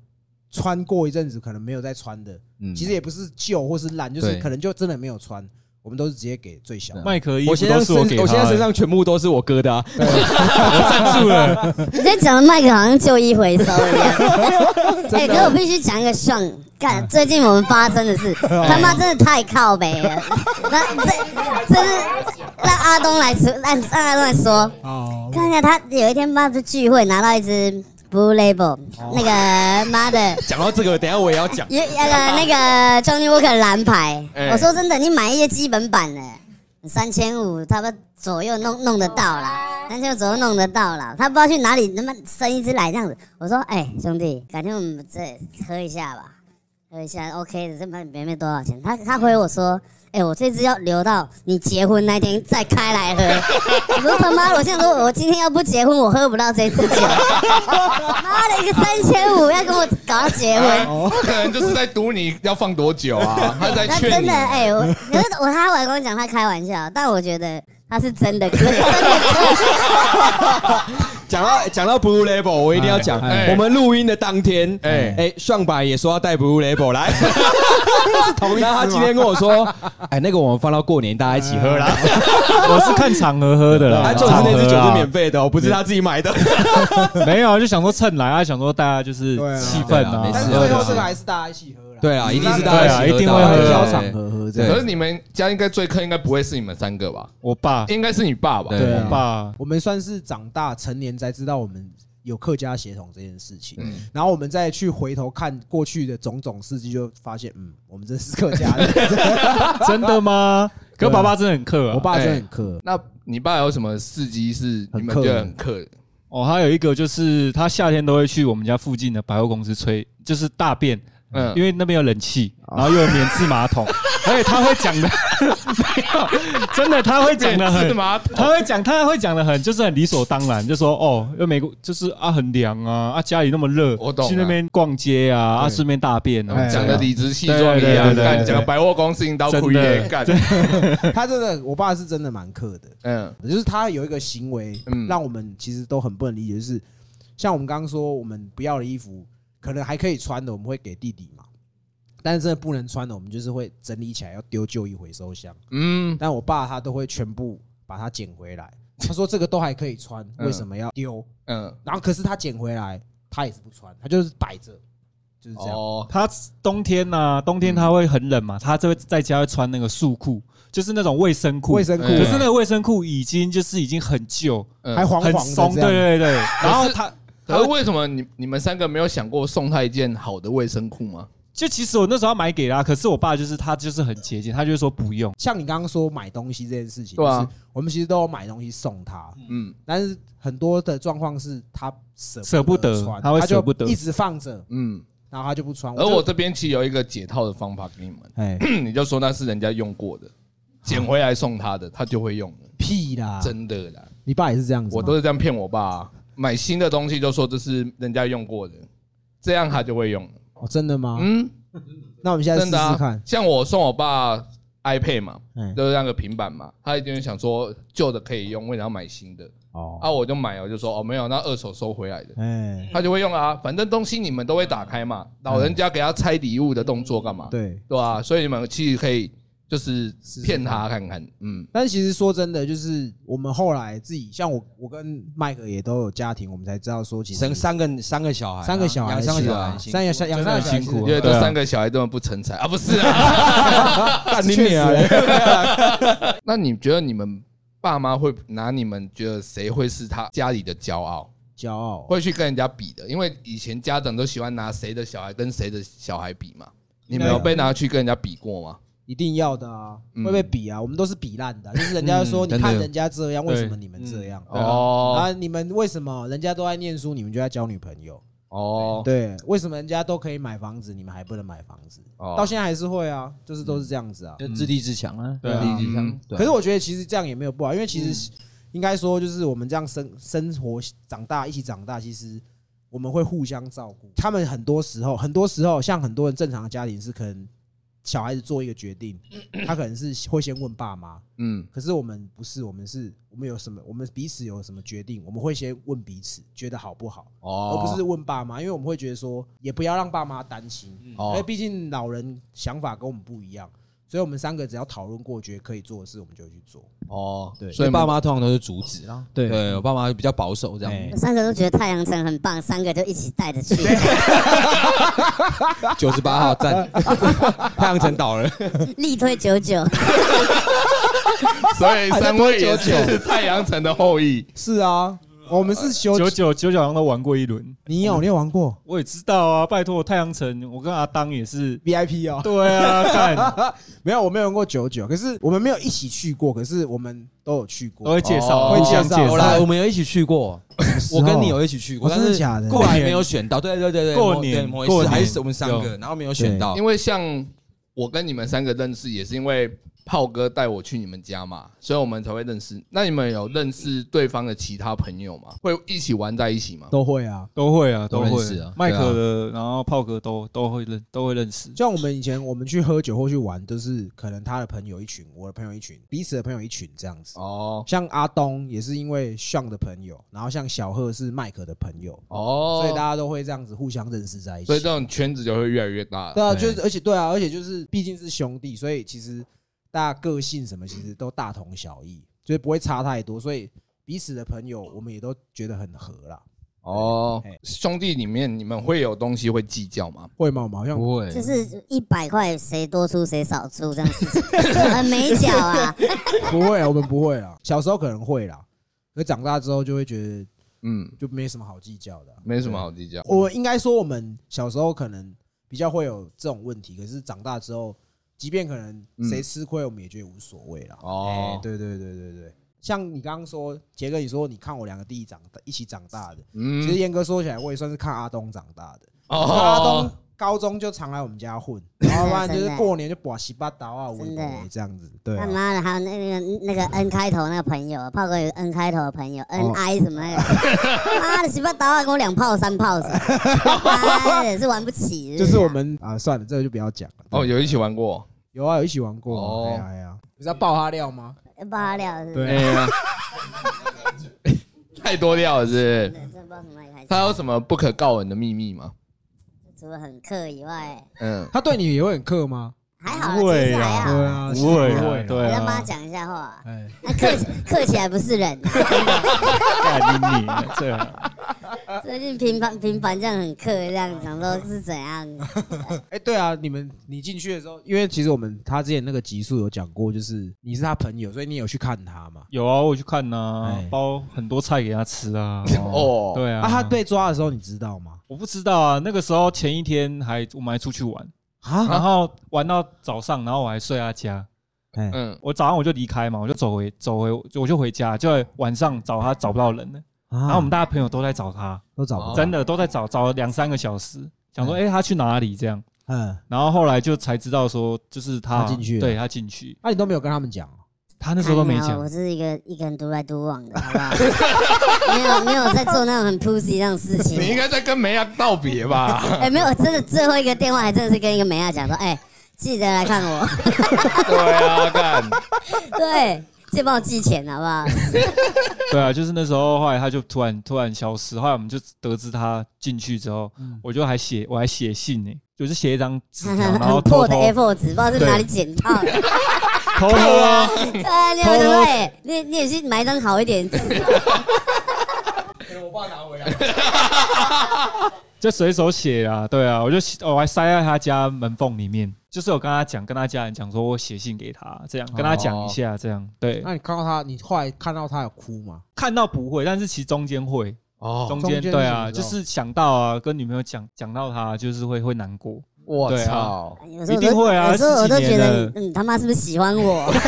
S1: 穿过一阵子，可能没有再穿的，
S4: 嗯
S1: 其实也不是旧或是烂，就是
S4: 对
S1: 可能就真的没有穿，我们都是直接给最小的。
S3: 麦克衣
S4: 我
S3: 服
S4: 现在
S3: 都是我
S4: 身
S3: 给
S4: 我
S3: 他
S4: 现在
S3: 的
S4: 身上全部都是我哥的啊，
S3: 赞助了，
S5: 你在讲的麦克好像旧衣回收一样。哎，
S1: 真
S5: 可是我
S1: 的，
S5: 必须讲一个爽，干最近我们发生的事，他妈真的太靠北了。那这这是让阿东来说，让让阿东来说。
S1: 哦，
S5: 看一下他有一天妈的聚会拿到一只 Blue Label，那个妈的。
S4: 哦 讲到这个，等一下我也要讲。
S5: 有呃那个那个 Johnny Walker 蓝牌
S2: 哎，
S5: 我说真的，你买一些基本版的，三千五差不多左右弄弄得到啦，三千五左右弄得到啦。他不知道去哪里他妈生一只来这样子，我说哎、兄弟，改天我们这喝一下吧。喝一下 OK 的，这没没没多少钱。他他回我说，哎、我这支要留到你结婚那天再开来喝。 我说他妈，我现在说我今天要不结婚，我喝不到这支酒。 妈的，一个三千五要跟我搞到结婚。
S2: 他啊可能就是在赌你要放多久啊，他在
S5: 那
S2: 劝
S5: 真
S2: 你
S5: 的。哎、我可是我他还跟我讲他开玩笑，但我觉得他是真的，真的真
S4: 讲到讲到 Blue Label，我一定要讲
S2: 哎，哎
S4: 我们录音的当天，哎
S2: 哎
S4: 哎，上百也说要带 Blue Label 来，然后他今天跟我说，哎，那个我们放到过年大家一起喝啦，
S3: 我是看场合喝的啦。
S4: 他就是那支酒
S3: 场合
S4: 是
S3: 啊
S4: 免费的哦，不是他自己买的。
S3: 没有啊，就想说趁来啊，想说大家就是
S1: 对啊
S3: 气氛
S4: 对啊
S3: 啊
S4: 没，事
S1: 但是最后这个还是大家一起喝了。
S4: 对啊，一定是大
S3: 对
S4: 家
S3: 啊
S4: 一起喝
S3: 一定
S4: 到
S3: 会
S4: 的
S3: 喝
S1: 挑
S3: 对
S1: 场合喝这
S4: 对
S1: 样。
S2: 可是你们家应该最客应该不会是你们三个吧？
S3: 我爸
S2: 应该是你爸吧？
S4: 对
S3: 我 爸
S1: 啊我们算是长大成年才知道我们有客家血统这件事情，
S2: 嗯
S1: 然后我们再去回头看过去的种种事迹，就发现，嗯，我们真是客家 人。
S3: 真的吗？可
S1: 对啊
S3: 爸爸真的很克啊，
S1: 我爸真的很客，
S2: 那你爸有什么事迹是你
S1: 很
S2: 们
S1: 客
S2: 觉得
S1: 人
S2: 很客的？
S3: 哦，还有一个就是他夏天都会去我们家附近的百货公司吹，就是大便，
S2: 嗯
S3: 因为那边有冷气，然后又有免 治马桶，而且他会讲的，没有，真的他会讲的
S2: 免治
S3: 很。
S2: 马桶
S3: 他会讲，他会讲的很，就是很理所当然，就说哦，又美国就是啊很凉啊，啊家里那么热，
S2: 我懂啊嗯
S3: 去那边逛街啊，啊顺便大便啊
S1: 哎，
S2: 讲的理直气壮
S3: 对
S2: 一
S3: 对
S2: 样，
S3: 对对
S2: 干
S3: 对
S2: 讲个百货公司引导苦也
S3: 真的
S2: 干，
S1: 他真的，我爸是真的蛮客的，
S2: 嗯
S1: 就是他有一个行为
S2: 嗯，
S1: 让我们其实都很不能理解，就是像我们刚刚说，我们不要的衣服可能还可以穿的，我们会给弟弟嘛。但是真的不能穿的，我们就是会整理起来，要丢旧衣回收箱。
S2: 嗯，
S1: 但我爸他都会全部把它捡回来。他说这个都还可以穿，
S2: 嗯
S1: 为什么要丢？
S2: 嗯，
S1: 然后可是他捡回来，他也是不穿，他就是摆着，就是这样。
S2: 哦，
S3: 他冬天呐、冬天他会很冷嘛，他就会在家会穿那个束裤，就是那种卫生裤。
S1: 卫生裤啊
S2: 嗯
S3: 可是那个卫生裤已经就是已经很旧、
S2: 嗯
S1: 还黄
S3: 很
S1: 黄
S3: 松，
S1: 的
S3: 对
S1: 这样，
S3: 对对。然后他
S2: 可是为什么你你们三个没有想过送他一件好的卫生裤吗？
S3: 就其实我那时候要买给他，可是我爸就是他就是很节俭，他就说不用。
S1: 像你刚刚说买东西这件事情，
S2: 对啊，
S1: 我们其实都有买东西送他，
S2: 嗯
S1: 但是很多的状况是他舍
S3: 舍不得
S1: 穿，
S3: 他会
S1: 就
S3: 舍不得
S1: 一直放着，
S2: 嗯。
S1: 然后他就不穿。
S2: 而我
S1: 就
S2: 这边其实有一个解套的方法给你们，
S1: 哎
S2: 你就说那是人家用过的，
S1: 啊
S2: 捡回来送他的，他就会用了，
S1: 屁啦，
S2: 真的啦。
S1: 你爸也是这啊样子吗，
S2: 我都是这样骗我爸啊、买新的东西就说这是人家用过的，这样他就会用了。
S1: 哦真的吗？
S2: 嗯，
S1: 那我们现在试
S2: 真的
S1: 试
S2: 啊
S1: 看。。
S2: 像我送我爸 iPad 嘛，
S1: 哎
S2: 就是那个平板嘛，他一定会想说旧的可以用，为什么要买新的？
S1: 哦，
S2: 啊，我就买，我就说哦没有，那二手收回来的，
S1: 哎，
S2: 他就会用啊。反正东西你们都会打开嘛，老人家给他拆礼物的动作干嘛？
S1: 对。
S2: 对吧、所以你们其实可以就是骗他看看，嗯，
S1: 但其实说真的，就是我们后来自己，像我，我跟麦克也都有家庭，我们才知道说，其实
S4: 生三个三个小孩啊，
S1: 三个小孩
S4: 养
S1: 是
S4: 三
S1: 啊，
S4: 个小孩，
S1: 三个小养三个小孩
S3: 真的很辛苦
S2: 因为这
S3: 对啊
S2: 三个小孩这么不成才啊，不是啊？
S4: 干你娘嘞！
S1: 啊
S2: 那你觉得你们爸妈会拿你们觉得谁会是他家里的骄傲？
S1: 骄傲。
S2: 会去跟人家比的，因为以前家长都喜欢拿谁的小孩跟谁的小孩比嘛。你们有被拿去跟人家比过吗？
S1: 一定要的啊，
S2: 嗯
S1: 会被比啊，我们都是比烂的啊，就是人家说
S4: 嗯
S1: 你看
S4: 真的
S1: 人家这样，为
S3: 对
S1: 什么你们这样？
S3: 对啊
S2: 哦
S1: 啊，你们为什么人家都在念书，你们就在交女朋友？
S2: 哦，
S1: 对，为什么人家都可以买房子，你们还不能买房子？
S2: 哦
S1: 到现在还是会啊，就是都是这样子啊。
S4: 就自立自强啊，
S3: 对
S4: 自
S3: 啊
S4: 立自强
S2: 嗯。
S4: 对啊
S1: 可是我觉得其实这样也没有不好，因为其实应该说就是我们这样生生活长大一起长大，其实我们会互相照顾。他们很多时候，很多时候像很多人正常的家庭是可能小孩子做一个决定，他可能是会先问爸妈，
S2: 嗯，
S1: 可是我们不是，我们是我们有什么，我们彼此有什么决定，我们会先问彼此觉得好不好，而
S2: 哦，
S1: 不是问爸妈，因为我们会觉得说也不要让爸妈担心，因为
S2: 哦，
S1: 毕竟老人想法跟我们不一样，所以我们三个只要讨论过，觉得可以做的事，我们就会去做。
S2: 哦，
S1: 对
S4: 所
S2: 所
S4: 以
S2: 以
S4: 爸
S2: 爸
S4: 妈通常都是阻止啦。
S1: 对
S4: 对我爸妈比较保守这
S1: 哎
S5: 的。三个都觉得太阳城很棒，三个就一起带着去。
S4: 样。九十八号 站，太阳城倒了。
S5: 力推九九，
S2: 所以三位也是太阳城的后裔，
S1: 是啊，我们是修
S3: 九九九九好像都玩过一轮，
S1: 你有你有玩过
S3: 我也知道啊。拜托，太阳城，我跟阿当也 是，
S1: VIP 哦？
S3: 对啊，干
S1: 没有，我没有玩过九九，可是我们没有一起去过，可是我们都有去
S3: 都
S1: 过。
S3: 会介绍，啊
S2: 哦
S3: 互相
S1: 会
S3: 介
S1: 介绍
S4: 我
S3: 绍。
S4: 来，我们有一起去过，
S1: 时候
S4: 我跟你有一起去过，
S1: 哦
S4: 但
S1: 真的
S4: 是
S1: 假的
S4: 过年没有选到，对对对对，
S3: 过
S4: 某
S3: 年
S4: 对某一
S3: 过
S4: 次
S3: 年
S4: 还是我们三个，
S3: 有
S4: 然后没有选到
S2: 因，为像我跟你们三个认识，也是因为炮哥带我去你们家嘛，所以我们才会认识。那你们有认识对方的其他朋友吗？会一起玩在一起吗？
S1: 都会啊。
S3: 都会啊，
S4: 都
S3: 都
S4: 认
S3: 会
S4: 识啊
S3: 麦
S4: 对啊
S3: 克的，然后炮哥都都会认，都会认识。
S1: 像我们以前我们去喝酒或去玩，都是可能他的朋友一群，我的朋友一群，彼此的朋友一群这样子。
S2: 哦
S1: 像阿东也是因为向的朋友，然后像小贺是麦克的朋友，
S2: 哦，
S1: 所以大家都会这样子互相认识在一起。
S2: 所以这种圈子就会越来越大。
S1: 对啊，就是而且对啊，而且就是毕竟是兄弟，所以其实大家个性什么其实都大同小异，就是不会差太多，所以彼此的朋友我们也都觉得很合啦。
S2: 哦
S1: 嘿，
S2: 兄弟里面你们会有东西会计较吗？
S1: 会吗？我们好像
S4: 不会
S5: 就是一百块谁多出谁少出这样子，就很没脚啊。
S1: 不会，我们不会啊。小时候可能会啦，可长大之后就会觉得
S2: 嗯，
S1: 就没什么好计较的啊、
S2: 没什么好计较。
S1: 我应该说，我们小时候可能比较会有这种问题，可是长大之后，即便可能谁吃亏，我们也觉得无所谓啦。
S2: 哦
S1: 哎对对对对对，像你刚刚说，杰哥，你说你看我两个弟弟长大一起长大的，其实
S2: 嗯，
S1: 严格说起来，我也算是看阿东长大的。阿东
S2: 哦，
S1: 高中就常来我们家混，然后不然就是过年就把西八刀啊、围
S5: 真的
S1: 围这样子，对
S5: 他
S1: 啊。
S5: 妈的，还有那个那个 N 开头那个朋友，炮哥有 N 开头的朋友，N
S1: 哦
S5: I 什么 那个，妈的，喜巴打啊跟我两炮三炮 什么，妈的是玩不起的。
S1: 就是我们啊，算了，这个就不要讲了。
S2: 哦，
S1: 对
S2: 有一起玩过。
S1: 有啊，有一起玩过啊。
S2: 哦
S1: 哎呀哎呀，你是要爆他料吗？
S5: 爆料是不是，
S1: 对
S2: 哎呀， 太多料了是不是？
S5: 真的不知道从哪里开始
S2: 他，有什么不可告人的秘密吗？
S5: 除了很客以外，
S2: 嗯，
S1: 他对你也会很客吗？
S5: 还好啦，
S3: 不会
S5: 其实还
S3: 啊
S5: 好。
S1: 对啊，
S3: 不会
S1: 是
S3: 啊，
S1: 啊
S3: 对
S5: 我再帮他
S3: 啊，
S5: 讲一下话，
S1: 哎，
S5: 那客起客起来不是人啊，真的。
S3: 干你啊你这样。
S5: 最近频繁频繁这样很客，这样想说是怎样？
S1: 哎，对啊，你们你进去的时候，因为其实我们他之前那个集数有讲过，就是你是他朋友，所以你有去看他嘛。
S3: 有啊，我有去看呐
S1: 哎，
S3: 包很多菜给他吃 啊。
S2: 哦，
S3: 对啊，
S1: 啊，他被抓的时候你知道吗？
S3: 我不知道啊，那个时候前一天还我们还出去玩，然
S1: 啊，
S3: 后玩到早上，然后我还睡他家。
S1: 哎，
S2: 嗯，
S3: 我早上我就离开嘛，我就走回走回我就回家，就晚上找他找不到
S1: 嗯
S3: 人了，然
S1: 然
S3: 后我们大家朋友都在找他，
S1: 啊都找不
S2: 哦
S1: 到，
S3: 真的都在找，找了两三个小时，想说哎、诶他去哪里这样，
S1: 嗯，
S3: 然后后来就才知道说就是他
S1: 他进去了
S3: 对他进去，
S1: 那你都没有跟他们讲哦，
S3: 他那时候都没
S5: 看啊
S3: 讲
S5: 我，是一个一个人独来独往的，好不好？没有没有在做那种很 pussy 那种事情。
S2: 你应该在跟梅亚道别吧？
S5: 哎、没有，我真的最后一个电话还真的是跟一个美亚讲说，哎、记得来 看我，
S2: 对啊，干，
S5: 对，记得帮我寄钱好不好？
S3: 对啊，就是那时候后来他就突然突然消失，后来我们就得知他进去之后，
S1: 嗯
S3: 我就还写我还写信呢、就是写一张纸条， 然后
S5: 很
S3: 偷
S5: 破
S3: 偷
S5: 的 A4 纸，不知道是哪里捡到 的。
S3: 偷偷啊，
S5: 对，你
S3: 偷
S5: 有想
S3: 偷
S5: 说，哎、你你也去买一张好一点的纸，
S3: 就随手写啦，对啊，我就写我还塞在他家门缝里面，就是我跟他讲，跟他家人讲，说我写信给他，这样跟他讲一下，这样对。
S1: 哦那你看到他，你后来看到他有哭吗？
S3: 看到不会，但是其实中间会，
S2: 哦，
S3: 中
S1: 中
S3: 间
S1: 间是
S3: 对
S1: 什
S3: 啊，
S1: 么时
S3: 就
S1: 候
S3: 是想到啊，跟女朋友讲讲到他，就是会会难过。
S2: 我
S3: 对啊
S2: 操，
S5: 有时 候我
S3: 一定
S5: 都
S3: 会啊
S5: 有时候我都
S3: 十几
S5: 觉
S3: 年
S5: 得
S3: 了，
S5: 嗯，他妈是不是喜欢 我？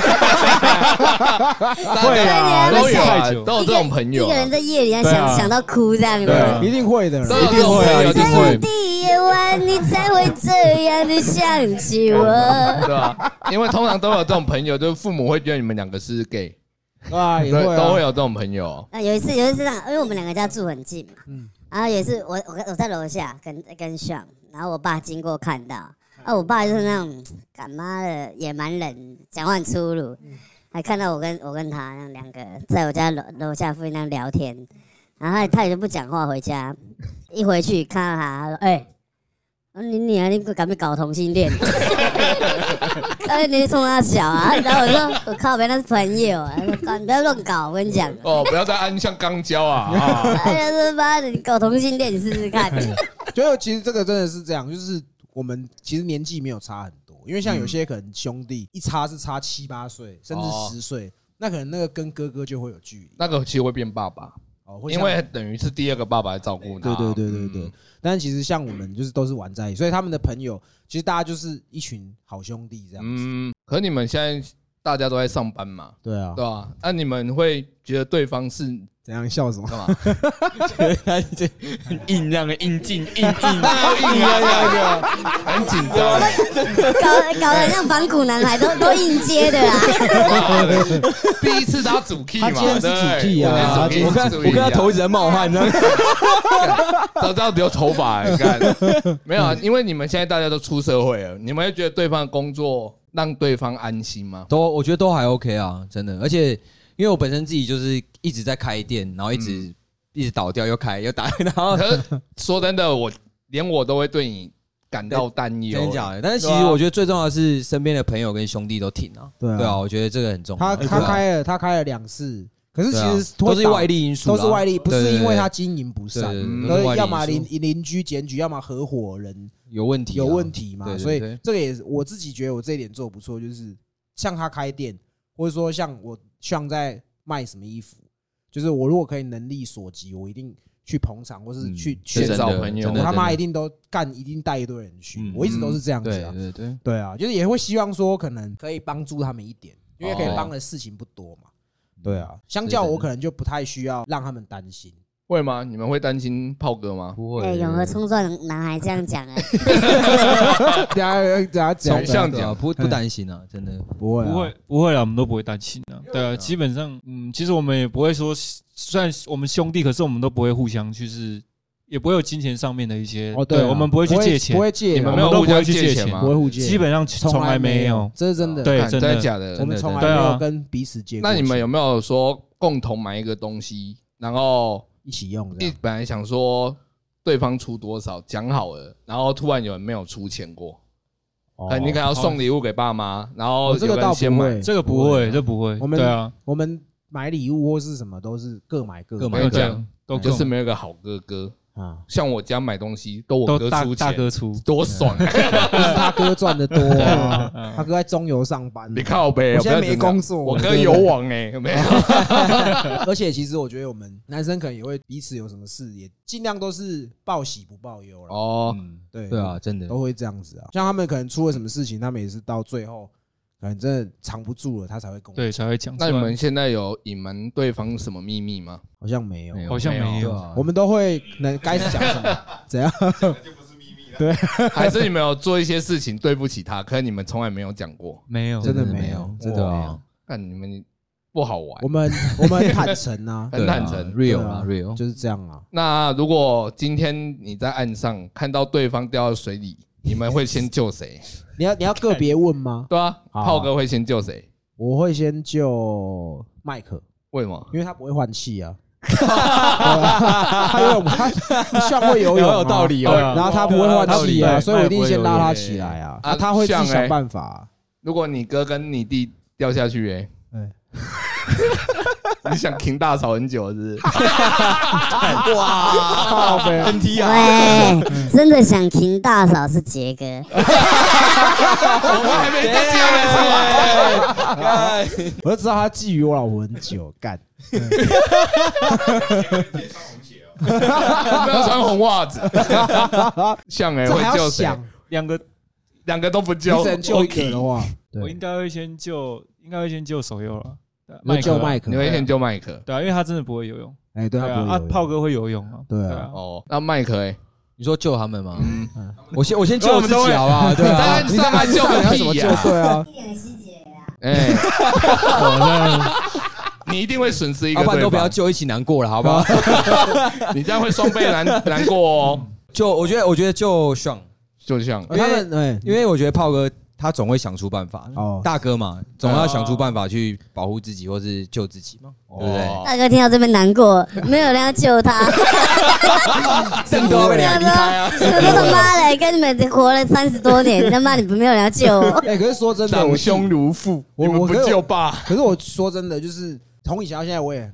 S3: 会啊，
S2: 都
S5: 对
S2: 有
S3: 太
S2: 啊，
S3: 久，
S2: 都有这种朋友
S5: 哎一个
S2: 啊
S5: 人，在夜里在想、
S3: 对啊
S5: 想到哭这样，有没有
S3: 对啊
S1: 一定会的啦，
S2: 都有这种朋友，一定
S5: 只有
S2: 会，
S5: 第一夜晚，你才会这样的想起我。
S2: 对啊，因为通常都有这种朋友， 就是父母会觉得你们两个是 gay，
S1: 对啊，也
S2: 对，都会
S1: 啊。
S2: 有这种朋友。
S5: 啊，有一次，有一次这样，因为我们两个家住很近嘛，然后有一次我我我在楼下跟跟上，然后我爸经过看到，啊，我爸就是那种干妈的野蛮人，讲话很粗鲁，还看到我跟我跟他那样两个在我家楼楼下附近那样聊天，然后他他也就不讲话回家，一回去看到他，他说：“哎、啊你你啊，你敢不搞同性恋？ 哎，你冲他小啊！然后我说，我靠，别那是朋友啊！他说你不要乱搞，我跟你讲。
S2: 哦，不要再安像钢胶啊！啊
S5: 哎呀，这妈的，你搞同性恋，你试试
S1: 哎
S5: 看。
S1: 就其实这个真的是这样，就是我们其实年纪没有差很多，因为像有些可能兄弟一差是差七八岁，甚至
S2: 哦
S1: 十岁，那可能那个跟哥哥就会有距离。
S2: 那个其实会变爸爸，
S1: 哦，会
S2: 因
S1: 像
S2: 为等于是第二个爸爸来照顾他。
S1: 对对对对对
S2: 嗯，。
S1: 但是其实像我们就是都是玩
S4: 嗯
S1: 在一起，所以他们的朋友其实大家就是一群好兄弟这样子。
S2: 嗯嗯，可你们现在大家都在上班嘛，
S1: 对啊
S2: 对，吧、那、你们会觉得对方是
S1: 怎样笑什么？ 啊
S2: 干嘛？
S4: 他这硬让人硬进 硬硬，
S2: 硬啊硬啊，很紧张。
S5: 搞搞得像反骨男孩 都都硬接的啊啦。
S2: 第一次打主 key 嘛，
S1: 他今天是主 key 啊
S2: 对不对
S4: 我看
S2: 主 key
S4: 我看他头一直在冒汗，你知道吗？
S2: 早知道留头发、欸，看没有啊？因为你们现在大家都出社会了，你们会觉得对方的工作让对方安心吗？
S4: 都我觉得都还 OK 啊，真的。而且因为我本身自己就是一直在开店，然后一直、一直倒掉，又开又打，然
S7: 哦
S4: 后
S2: 可是说真的，我连我都会对你感到担忧。
S4: 真假的。但是其
S2: 对
S4: 实
S2: 啊
S4: 我觉得最重要的是身边的朋友跟兄弟都挺啊，
S1: 对啊
S4: 对啊，我觉得这个很重
S1: 他他
S4: 要。对啊
S1: 开了，他开了两次，可是
S4: 对
S1: 其
S4: 啊
S1: 实
S4: 都是
S1: 会打
S4: 外，力因素啦，
S1: 都是外力，不
S4: 对
S1: 是
S4: 对
S1: 因为
S4: 对
S1: 他经营不
S4: 对
S1: 善，
S4: 对
S1: 都
S4: 对都是外
S1: 是
S4: 力
S1: 要么
S4: 因
S1: 邻
S4: 素
S1: 邻居检举，要么合伙人
S4: 有问题啊，
S1: 有问题嘛，
S4: 对对
S1: 所以
S4: 对
S1: 这个也是我自己觉得我这一点做得不错，就是像他开店，或者说像我像在卖什么衣服，就是我如果可以能力所及，我一定去捧场，或是
S4: 嗯
S1: 去去
S2: 是真
S4: 真
S2: 的
S4: 的
S2: 朋友
S4: 真
S1: 我
S4: 的
S1: 他妈一
S4: 真的
S1: 定都干，一定带一堆人去
S4: 嗯，
S1: 我一直都是这样子
S4: 对
S1: 啊，
S4: 对对，
S1: 对啊，就是也会希望说可能可以帮助他们一点，因为可以
S2: 哦
S1: 帮的事情不多嘛，对啊，相较我可能就不太需要让他们担心，
S2: 会吗？你们会担心炮哥吗？
S4: 不
S5: 哎，
S4: 会
S5: 永和冲撞男孩这样讲哎，
S1: 等下等下讲
S2: 从像
S4: 对啊
S2: 讲，
S1: 哎
S4: 不不担心啊，真的
S1: 不会啊
S7: 不会不会啦，我们都不会担心的。对啊，基本上，嗯，其实我们也不会说，虽然我们兄弟，可是我们都不会互相就是，也不会有金钱上面的一些，
S1: 哦，
S7: 对，
S1: 啊
S7: 我们不会去借
S1: 不
S7: 钱，
S1: 会借啊，
S2: 你们
S7: 我
S2: 没
S7: 们
S2: 有
S7: 都
S2: 互
S7: 不会
S2: 相
S7: 去借
S2: 借钱
S7: 钱
S2: 吗
S1: 不？会互借，
S7: 啊基本上从来没有。
S1: 这是真的。
S7: 对
S2: 看
S7: 真
S2: 真
S7: 的
S2: 的假
S1: 我
S2: 的？
S1: 们从来
S7: 对
S1: 没
S7: 啊
S1: 有跟彼此借过
S2: 那
S1: 钱。
S2: 你们有没有说共同买一个东西，然后
S1: 一起用这
S2: 一
S1: 样？
S2: 本来想说对方出多少讲好了，然后突然有人没有出钱过，
S1: 哦
S2: 哎，你可能要送礼物给爸妈，然后
S1: 哦这
S2: 有
S1: 个
S2: 人
S1: 倒
S2: 先
S1: 不
S2: 买，
S1: 会，
S7: 这个不会，这不会。
S1: 我们
S7: 对啊，
S1: 我们买礼物或是什么都是各买各
S4: 各
S7: 没
S4: 买
S7: 有
S2: 各
S7: 这
S2: 买
S7: 样，都
S2: 就是
S7: 各买
S2: 没有一个好哥哥。
S1: 啊，
S2: 像我家买东西都我
S7: 都
S2: 哥
S7: 大
S2: 出
S7: 大
S2: 钱，
S7: 哥出。
S2: 多爽啊！
S1: 不是他哥赚的 多啊，
S7: 嗯
S1: 他哥在中油上班，
S2: 你靠呗，
S1: 我现在
S2: 不要
S1: 没
S2: 这样
S1: 工作哦
S2: 我哥有网哎，有没有？
S1: 而且其实我觉得我们男生可能也会彼此有什么事，也尽量都是报喜不报忧了。
S2: 哦，
S1: 对
S4: 对啊，，真的
S1: 嗯都会这样子啊。像他们可能出了什么事情，他们也是到最后可能真的藏不住了，他才会跟我。
S7: 对，才会讲出
S2: 那
S7: 来。
S2: 你们现在有隐瞒对方什么秘密吗？
S1: 好像没有，
S2: 没有
S7: 好像没
S4: 对
S7: 有，
S4: 啊
S1: 我，们都会能该讲什么怎样。
S2: 还是你们有做一些事情对不起他，可是你们从来没有讲过？
S7: 没有，
S1: 真的
S4: 没
S1: 没有真的
S4: 对
S1: 没
S4: 啊
S1: 有，
S2: 看你们不好玩
S1: 我。们我们很坦诚啊，
S2: 很坦诚
S4: 对啊，real
S1: 对
S4: 啊
S1: 啊
S4: real，
S1: 就是这样啊。
S2: 那如果今天你在岸上看到对方掉到水里，你们会先救谁？
S1: 你要你要个别问吗？
S2: 对啊，
S1: 好啊
S2: 炮哥会先救谁？
S1: 我会先救麦克，
S2: 为什么？
S1: 因为他不会换气啊。他游泳，他像会游泳，啊
S4: 有道理
S7: 啊
S4: 哦
S1: 然后他不会换气
S7: 有道
S3: 哦
S1: 啊，
S7: 理
S1: 所以我一定先拉他起来啊。
S2: 啊
S1: 啊，他会自己
S2: 像欸
S1: 想办法啊。
S2: 如果你哥跟你弟掉下去、欸，
S1: 哎
S2: 你想停大嫂很久是不 是？
S1: 啊 靠背，
S5: 喂，真的想停大嫂是杰哥，
S2: 还没到家呢是吧
S1: 我就知道他觊觎我老婆很久，干。
S2: 不要穿红袜子，像哎、
S1: 这还
S2: 会
S1: 要
S2: 救谁？
S1: 想，你
S7: 两个，
S2: 两个都不救，
S1: 只能救一个的话，
S7: 我应该会先救，应该会先救手游了。对啊
S1: 你会救
S7: 克啊
S1: 麦
S2: 你
S1: 克。
S2: 会先救麦克
S7: 对啊，因为他真的不会游泳。
S1: 哎，对
S7: 对啊，
S1: 他
S7: 啊
S1: 不，
S7: 炮
S1: 会。
S7: 哥会游泳啊。
S1: 对啊
S2: 哦。那麦克哎、
S4: 你说救他们吗？
S2: 嗯，
S4: 我先我先救我自己好不好？对
S2: 在
S4: 啊，
S2: 岸上还救
S1: 要
S2: 个
S1: 怎么
S2: 屁
S1: 救
S2: 呀、？
S1: 对啊，
S5: 一点细节
S2: 哎，
S7: 我在
S2: 你一定会损失一个
S4: 老板
S2: 对
S4: 啊都不要
S2: 方，
S4: 救，一起难过了，好不好？
S2: 你这样会双倍 难难过哦。
S4: 就我觉得，我觉得就爽，
S2: 就像
S1: 他们哎，
S4: 因为我觉得炮哥他总会想出办法。
S1: 哦
S4: 大哥嘛，总要想出
S7: 啊
S4: 办法去保护自己或是救自己嘛，
S1: 哦
S4: 对不
S7: 哦
S2: 哦
S4: 对？
S5: 大哥听到这边难过，没有人要救 他。
S4: 真的被人离开
S5: 大
S4: 啊！
S5: 哥，我他妈的跟你们活了三十多 年，他妈你们没有人要救我。
S1: 哎，可是说真的，
S2: 长
S1: 我
S2: 兄如父，
S1: 我
S2: 你们
S1: 我
S2: 不
S1: 可以
S2: 救 爸，
S1: 可是我说真的，就是从以前到现在，我也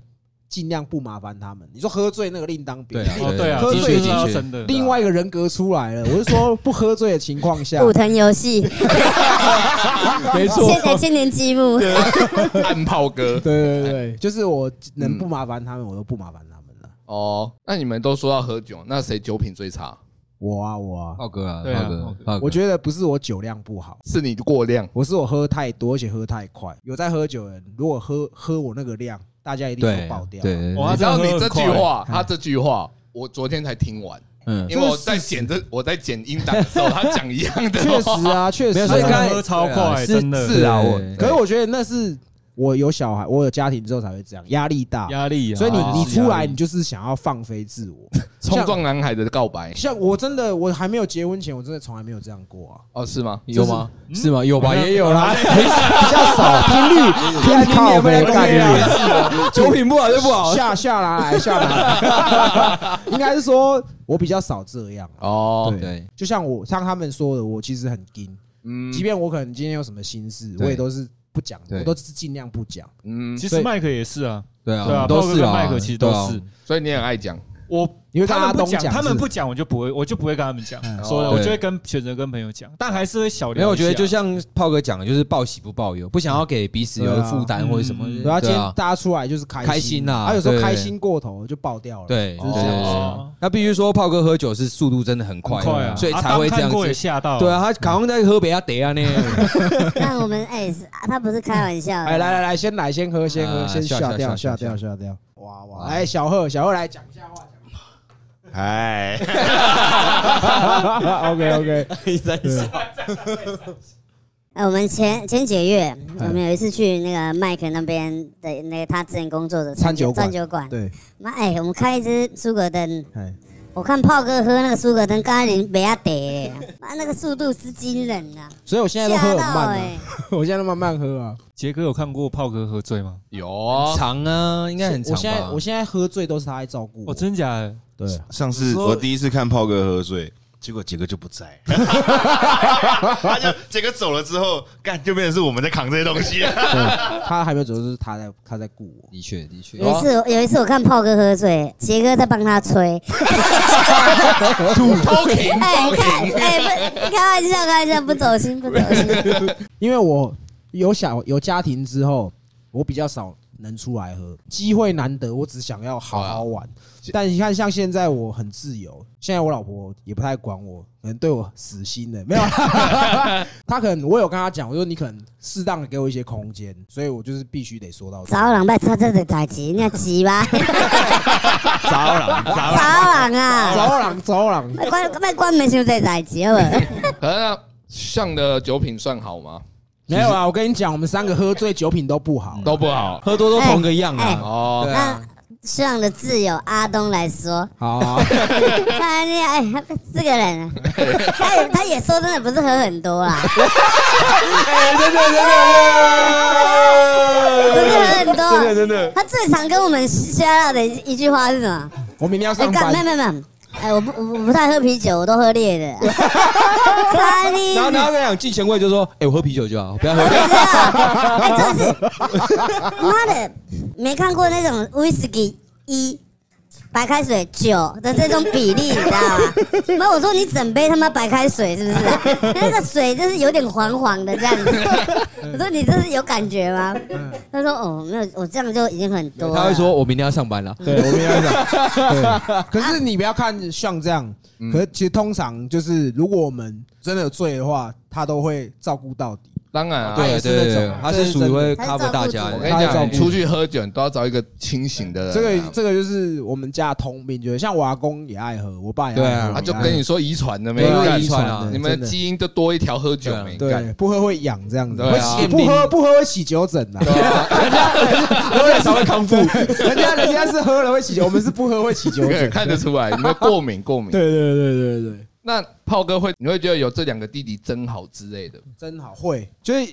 S1: 尽量不麻烦他们。你说喝醉那个另当别
S4: 对啊
S1: 论，
S7: 哦，对啊，
S1: 喝
S7: 这
S1: 醉
S7: 就是要
S4: 的确
S7: 真的。
S1: 另外一个人格出来了。我是说，不喝醉的情况 下，
S5: 古藤 游戏，
S7: 啊
S1: 没错，
S5: 现在千年积木，
S2: 暗炮哥
S1: 对对对对，就是我能不麻烦他们，我都不麻烦他们了。
S2: 哦。那你们都说到喝酒，那谁酒品最差？
S1: 我啊我啊，
S4: 浩哥啊，
S7: 对啊
S4: 浩哥
S7: 浩哥，
S4: 浩哥
S1: 我觉得不是我酒量不好，
S2: 是你过量，
S1: 我是我喝太多，而且喝太快。有在喝酒的人，如果喝喝我那个量，大家一定
S4: 对
S1: 都爆掉。
S4: 对，对
S7: 哇
S2: 你知道
S7: 他
S2: 你
S7: 真的
S2: 这
S7: 很
S2: 句
S7: 快
S2: 话，他这句话，我昨天才听完，
S4: 嗯，
S2: 因为我在剪这我在剪音档的时候，他讲一样的
S1: 确
S2: 话，
S1: 实啊，确实
S4: 没有
S1: 啊。
S4: 所以刚才
S7: 喝超快，
S4: 对啊
S7: 真的
S2: 是啊，
S4: 对
S2: 我
S1: 可是我觉得那是我有小孩，我有家庭之后才会这样，压力大。
S7: 压力啊。
S1: 所以你
S7: 哦
S1: 你出来，
S7: 压
S1: 你
S7: 力
S1: 就是想要放飞自我。
S2: 冲撞男孩的告白
S1: 像我真的，我还没有结婚前，我真的从来没有这样过啊，
S2: 哦，是吗？
S4: 有吗？
S7: 嗯
S4: 是吗？有吧？
S7: 好像
S4: 也有啦，
S1: 比较少，频率频率
S4: 靠背干你
S1: 酒
S4: 品不好就不好
S1: 下下来下来， 应该是说我比较少这样啊。
S2: 哦，
S4: 对，
S1: 就像我像他们说的，我其实很硬，
S2: 嗯
S1: 即便我可能今天有什么心事，
S4: 对
S1: 我也都是不讲，
S4: 对
S1: 我都是尽量不讲。
S2: 嗯，
S7: 其
S1: 所
S7: 实
S1: 以
S7: 麦克也是啊，
S4: 对啊，
S7: 对啊
S4: 都
S7: 包
S4: 是
S7: 括
S4: 啊，
S7: 跟麦克其实都是
S4: 对啊
S2: 所以你很爱讲，
S7: 我
S1: 因为大
S7: 他
S1: 家
S7: 们
S1: 都
S7: 不
S1: 讲是
S7: 讲，他们不讲，我就不会，我就不会跟他们讲。说
S2: 哦
S7: 了，我就
S4: 嗯对
S7: 会跟选择跟朋友讲，但还是会小聊一下。
S4: 没有，我觉得就像炮哥讲的，就是报喜不报忧，不想要给彼此有
S1: 对啊
S4: 负担或者什么
S7: 嗯。
S1: 对啊，今
S4: 对
S1: 天
S4: 啊，
S1: 大家出来就是开
S4: 开心啊
S1: 啊，有时候
S4: 对
S1: 开心过头就爆掉了。
S4: 对，
S1: 就是
S4: 对
S1: 这
S4: 对
S1: 样
S4: 对
S1: 子
S4: 对
S1: 啊。
S7: 哦
S4: 那必须说，炮哥喝酒是速度真的很快，
S7: 很快啊，
S4: 所以
S7: 啊
S4: 才会
S7: 当
S4: 这样
S7: 看过也
S4: 子。
S7: 吓
S3: 哦
S7: 到。
S4: 对啊，，他刚刚在喝北亚得啊呢。
S5: 但我们哎、是他不是开玩笑啊的。
S1: 哎，来来来，先来，先喝，先喝，
S4: 啊
S1: 先
S4: 笑
S1: 下
S4: 笑
S1: 掉，下
S4: 笑
S1: 掉，
S4: 笑
S1: 下掉。哇哇！哎，小贺，小贺来讲一下话。
S8: 哎，
S1: OK OK，
S5: 呃，我们前前几个月，
S1: 嗯
S5: 我们有一次去那个麦克那边的那个他之前工作的
S1: 餐酒馆
S5: 餐酒馆，
S1: 对，
S5: 妈哎，我们开一支苏格登，
S1: 哎，
S5: 我看炮哥喝那个苏格登，刚才连没亚得，妈那个速度之惊人啊，
S1: 所以我现在
S5: 吓
S1: 都
S5: 到
S1: 喝很慢啊，
S5: 哎，
S1: 我现在都慢慢喝啊。
S7: 杰哥有看过炮哥喝醉吗？
S2: 有哦
S4: 长啊，应该很长
S1: 我现在
S4: 吧
S1: 我？现在喝醉都是他在照顾我。
S7: 哦，真假的？
S1: 对，
S8: 上次我第一次看炮哥喝醉，结果杰哥就不在， 他就杰哥走了之后，干就变成是我们在扛这些东西了。
S1: 他还没有走，就是他在他在顾我。
S4: 的确的确，
S1: 啊
S5: 有一次我有一次我看炮哥喝醉，杰哥在帮他吹，
S2: 偷情
S5: 哎看哎不开玩笑开玩笑，不走心不走心，
S1: 因为我有小有家庭之后，我比较少能出来喝，机会难得，我只想要好好玩。但你看，像现在我很自由，现在我老婆也不太管我，可能对我死心了，没有啦。她可能我有跟她讲，我说你可能适当的给我一些空间，所以我就是必须得说到。
S5: 早两拜他这个打击，那 急吧，
S8: 糟了，糟
S5: 早两啊，
S1: 早朗早朗，
S5: 卖关卖关门就在打击了。
S2: 可是那像的酒品算好吗？
S1: 没有啊！我跟你讲，我们三个喝醉酒品都不好，
S2: 都不好
S4: 喝多都同个样
S5: 哎
S4: 啊。
S2: 哦。
S4: 对
S5: 那
S4: 啊，
S5: 上的挚友阿东来说，
S1: 好啊、
S5: 看你哎，这个人啊，他也他也说真的不是喝很多啊啦， 不是喝很多，啊
S8: 真的，
S5: 他最常跟我们 share 到的一一句话是什么？
S1: 我明天要
S5: 哎，
S1: 上
S5: 干没
S1: 班。
S5: 有没有没有，哎，我不我我不太喝啤酒，我都喝烈的。看你
S4: 然，后然后跟他讲进前卫就说：“哎，我喝啤酒就好，不要喝。
S5: 不是啊哎，真的是，妈的，没看过那种威士忌一。白开水九的这种比例，你知道吗？那我说你整杯他妈白开水是不是、啊？那个水就是有点黄黄的这样子。我说你这是有感觉吗？他说哦，没有，我这样就已经很”多了。
S4: 他会说：“我明天要上班了。
S1: 对，我明天要
S2: 啊
S1: 上。对，可是你不要看像这样，
S2: 嗯
S1: 可是其实通常就是，如果我们真的有醉的话，他都会照顾到底。
S2: 当然”啊，
S1: 他也
S4: 对
S1: 是
S4: 对
S1: 那
S4: 对
S1: 种，
S4: 他是属于会
S5: 他是照
S4: cover
S5: 顾
S4: 大
S5: 者
S4: 家
S2: 我
S4: 的
S2: 跟。你
S1: 他照
S2: 讲，
S1: 顾
S2: 你出去喝酒你都要找一个清醒的人啊，
S1: 这个这个就是我们家的通病，就是像我阿公也爱喝，我爸也
S4: 对
S1: 爱
S4: 啊
S1: 喝，
S2: 他
S1: 我
S2: 就
S1: 也爱喝
S2: 跟你说遗传的没
S4: 对啊
S2: 干
S4: 遗传啊
S1: 的
S2: 你们
S1: 真的
S2: 基因就多一条喝酒
S4: 对啊
S2: 没干。
S1: 对不喝会痒这样子，
S2: 对啊
S1: 会洗不喝不喝会洗酒疹的。
S2: 对啊
S1: 喝了才会康 复，人家人家是喝了会起酒，我们是不喝会起酒
S2: 对
S1: 疹。
S2: 看得出来，你们过敏过敏。
S1: 对对对对对，
S2: 那炮哥会，你会觉得有这两个弟弟真好之类的，
S1: 真好会。就是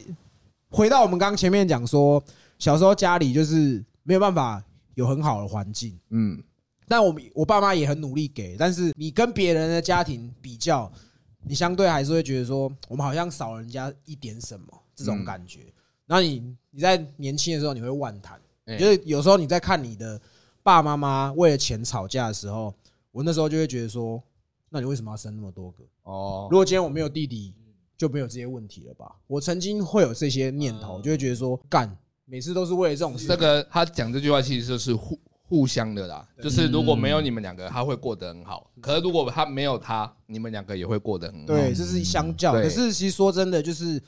S1: 回到我们刚刚前面讲说，小时候家里就是没有办法有很好的环境，
S2: 嗯，
S1: 但我们我爸妈也很努力给，但是你跟别人的家庭比较，你相对还是会觉得说，我们好像少人家一点什么这种感觉。
S2: 嗯
S1: 然后你你在年轻的时候你会万谈，
S2: 哎
S1: 就是有时候你在看你的爸妈妈为了钱吵架的时候，我那时候就会觉得说，那你为什么要生那么多个？
S2: 哦，
S1: 如果今天我没有弟弟，就没有这些问题了吧？我曾经会有这
S2: 嗯
S1: 些念头，就会觉得说，干，每次都是为了这种事
S2: 这个他讲这句话其实就是互互相的啦，就是如果没有你们两个，他会过得很好；可是如果他没有他，你们两个也会过得很
S4: 嗯
S2: 好。
S1: 对，这是相较。
S2: 对
S1: 可是其实说真的，就是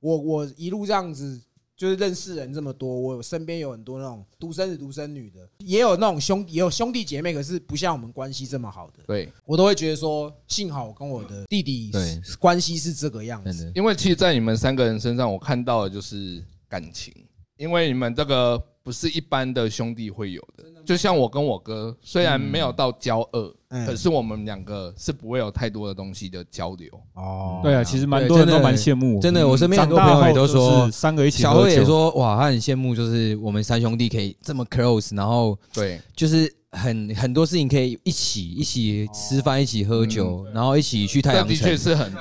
S1: 我我一路这样子，就是认识人这么多，我身边有很多那种独生子、独生女的，也有那种兄也有兄弟姐妹，可是不像我们关系这么好的，
S2: 对，
S1: 我都会觉得说，幸好我跟我的弟弟
S4: 对
S1: 关系是这个样
S4: 真
S1: 子。
S4: 的，
S2: 因为其实，在你们三个人身上，我看到的就是感情，因为你们这个不是一般的兄弟会有的。就像我跟我哥，虽然没有到交恶，
S1: 嗯
S2: 可是我们两个是不会有太多的东西的交流。
S1: 哦，
S7: 对啊，其实蛮多人都蛮羡慕我，
S4: 真的，我身边很多朋
S7: 长大
S4: 友
S7: 后
S4: 也都
S7: 就
S4: 说
S7: 是，三个一起
S4: 小
S7: 喝酒，
S4: 慧也说，哇，他很羡慕，就是我们三兄弟可以这么 close，然后
S2: 对，
S4: 就是很很多事情可以一起一起吃饭，一起喝酒，然后一起去太
S2: 这
S4: 阳
S2: 的确
S4: 城。
S2: 是很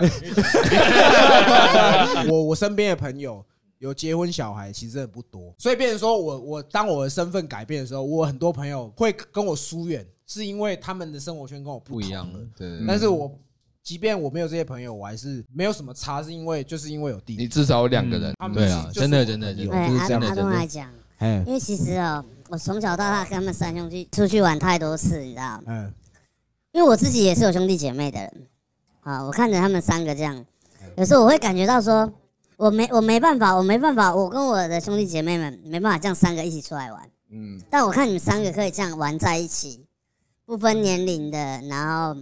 S1: 我我身边的朋友有结婚小孩，其实真的不多，所以变成说我我当我的身份改变的时候，我很多朋友会跟我疏远，是因为他们的生活圈跟我不
S4: 不一
S1: 同
S4: 样
S1: 了。
S4: 对
S1: 但是我即便我没有这些朋友，我还是没有什么差，是因为就是因为有弟
S2: 你
S1: 弟，
S2: 至少有两个人，
S1: 他们
S4: 对啊，
S1: 就是
S4: 真的真的，真
S1: 有
S4: 的就是
S5: 阿
S4: 真的
S5: 阿
S4: 真
S5: 东来
S4: 的。
S5: 讲，
S1: 哎
S5: 哎啊因为其实哦，我从小到大跟他们三兄弟出去玩太多次，你知道吗？
S1: 嗯，
S5: 因为我自己也是有兄弟姐妹的人啊，我看着他们三个这样，有时候我会感觉到说，我没我没办法，我没办法，我跟我的兄弟姐妹们没办法这样三个一起出来玩。
S2: 嗯，
S5: 但我看你们三个可以这样玩在一起，不分年龄的，然后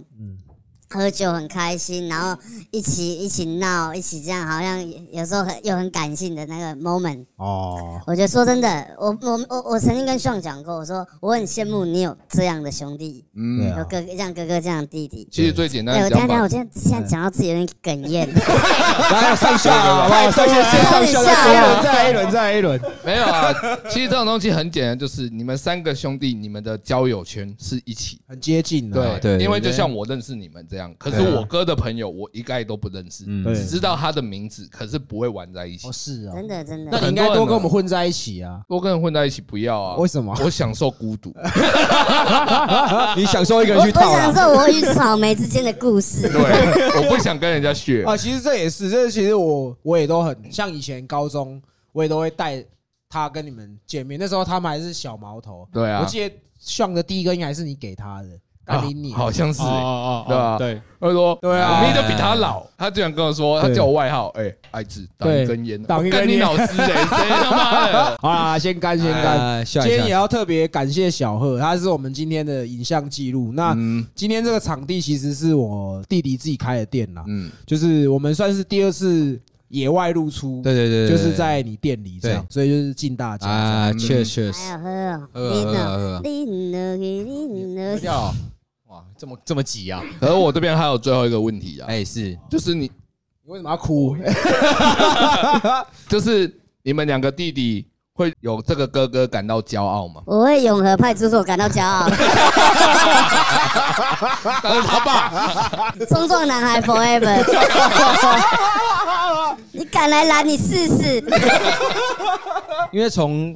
S5: 喝酒很开心，然后一起一起闹，一起这样，好像有时候很又很感性的那个 moment。
S1: 哦，
S5: 我觉得说真的，我我我我曾经跟上讲过，我说我很羡慕你有这样的兄弟，
S1: 对
S2: 嗯
S1: 啊，
S5: 有哥这样哥哥这样的弟弟。
S2: 其实最简
S5: 哎、
S2: 单的
S5: 我等一
S2: 讲
S5: 下等
S2: 法
S5: 一下，我，现在现在讲到自己有点哽咽，
S4: 来上下好不好？上下
S5: 先上下 再来一轮
S4: 哎再一轮，再一轮。
S2: 没有啊。其实这种东西很简单，就是你们三个兄弟，你们的交友圈是一起。
S1: 很接近啊的，
S2: 对
S4: 对
S2: 因为
S4: 对
S2: 就像我认识你们这样，可是
S1: 对啊
S2: 我哥的朋友我一概都不认识，
S4: 嗯
S1: 对
S2: 只知道他的名字，可是不会玩在一起
S1: 哦。是啊，
S5: 真的真
S1: 那
S5: 的。
S1: 你应该多跟我们混在一起啊，
S2: 多跟人混在一起不要啊！
S1: 为什么
S2: 我享受孤 独。
S4: 你享受一个
S5: 我
S4: 人
S5: 我
S4: 去套啦。
S5: 想说，我与草莓之间的故事。
S2: 对，我不想跟人家学。
S1: 啊，其实这也是，这其实我我也都很像以前高中，我也都会带他跟你们见面，那时候他们还是小毛头，
S2: 对啊
S1: 我，记得上的第一根烟还是你给他的，干你你
S2: 啊好像是
S4: 嗯
S7: 哦
S2: 欸。
S7: 哦
S2: 对
S4: 啊
S7: 哦
S2: 吧
S7: 哦，对，
S2: 他说，
S1: 对啊
S2: 我明明就比他老，他居然跟我说，他
S1: 对
S2: 叫我外号，哎，爱子，挡一
S1: 对
S2: 根烟，
S1: 挡一根
S2: 干你
S1: 烟
S2: 老师哎，谁他 妈的？
S1: 好啦，先干先干。
S4: 哎下
S1: 今
S4: 一
S1: 天
S4: 下
S1: 也
S4: 一。
S1: 要特别感谢小贺，他是我们今天的影像记录。那
S2: 嗯
S1: 今天这个场地其实是我弟弟自己开的店啦，
S2: 嗯，
S1: 就是我们算是第二次野外露出，
S4: 对对对，对
S1: 就是在你店里这样，所以就是敬大
S4: 对
S1: 家这样。
S4: 啊
S2: 嗯
S4: ，cheers cheers，
S5: 还有喝
S4: 喝
S5: 哦，
S4: 啊喝
S5: 拎
S4: 啊
S5: 哦，
S4: 喝啊，
S5: 拎哦，给拎哦。
S4: 要哇，这么这么挤啊？
S2: 可是我这边还有最后一个问题啊，
S1: 嗯
S4: 哎，是
S2: 就是你
S1: 你为什么要哭？
S4: 啊
S2: 就是你们两个弟弟会有这个哥哥感到骄傲吗？
S5: 我为永和派出所感到骄傲，
S2: 但是他爸，
S5: 冲撞男孩 forever。你敢来拦你试试？
S4: 因为从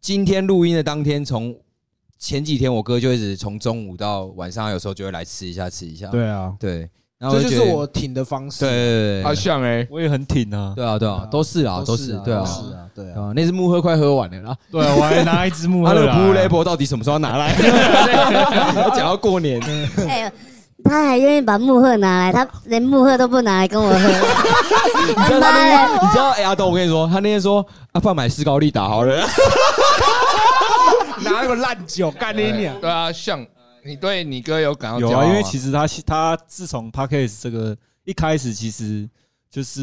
S4: 今天录音的当天，从前几天我哥就一直从中午到晚上，有时候就会来吃一下吃一下。
S1: 对啊，
S4: 对，然后
S1: 这就是
S4: 觉得
S1: 我挺的方式。
S4: 对对对
S1: 啊
S2: 他
S4: 对
S2: 像
S1: 欸
S2: 哎，
S7: 我也很挺啊。
S4: 对啊对啊，都是啊都是对啊
S1: 都哦是啊，对
S4: 对
S1: 啊。
S4: 啊，那只木喝快喝完了啦。
S7: 对，啊我还拿一支木啊
S4: 他
S7: 盒
S4: 那个
S7: 来
S4: blue label 到底什么时候要拿来？讲到过年，
S5: 哎呦，他还愿意把木鹤拿来，他连木鹤都不拿来跟我喝。
S4: 你知道他那天，你知道哎阿东，我跟你说，他那天说啊，不然买斯高利达好了。
S1: 拿那个烂酒干你娘！
S2: 对啊，像你对你哥有感到
S7: 有
S2: 骄傲
S7: 啊，
S2: 吗，
S7: 因为其实他他自从 Parkes 这个一开始，其实
S4: 嗯
S7: 就是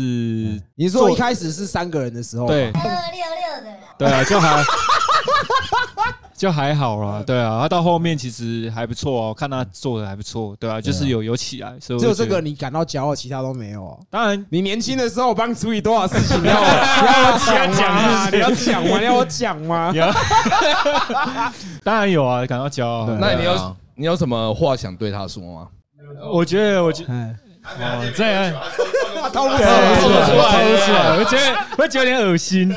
S1: 你说一开始是三个人的时候，啊
S7: 对
S5: 二六六的，
S7: 对啊，就还就还好啦，对啊，他到后面其实还不错哦，看他做的还不错，对啊，就是有有起来，所以我
S1: 只有
S7: 就觉
S1: 这
S7: 得
S1: 个你感到骄傲，其他都没有哦。
S7: 当然
S1: 你年轻的时候，我帮你处理多少事情，你要我你要我讲吗？你要讲吗？你要我讲 吗？
S7: 当然有啊，感到骄傲。
S2: 那你
S4: 对啊
S2: 有你有什么话想对他说吗？
S7: 我觉得，我觉得
S1: 哎，啊
S7: 哦，这样
S1: 他透露
S7: 对
S2: 说
S7: 对
S2: 得出来
S7: 对出来，我觉得会觉得有点恶心。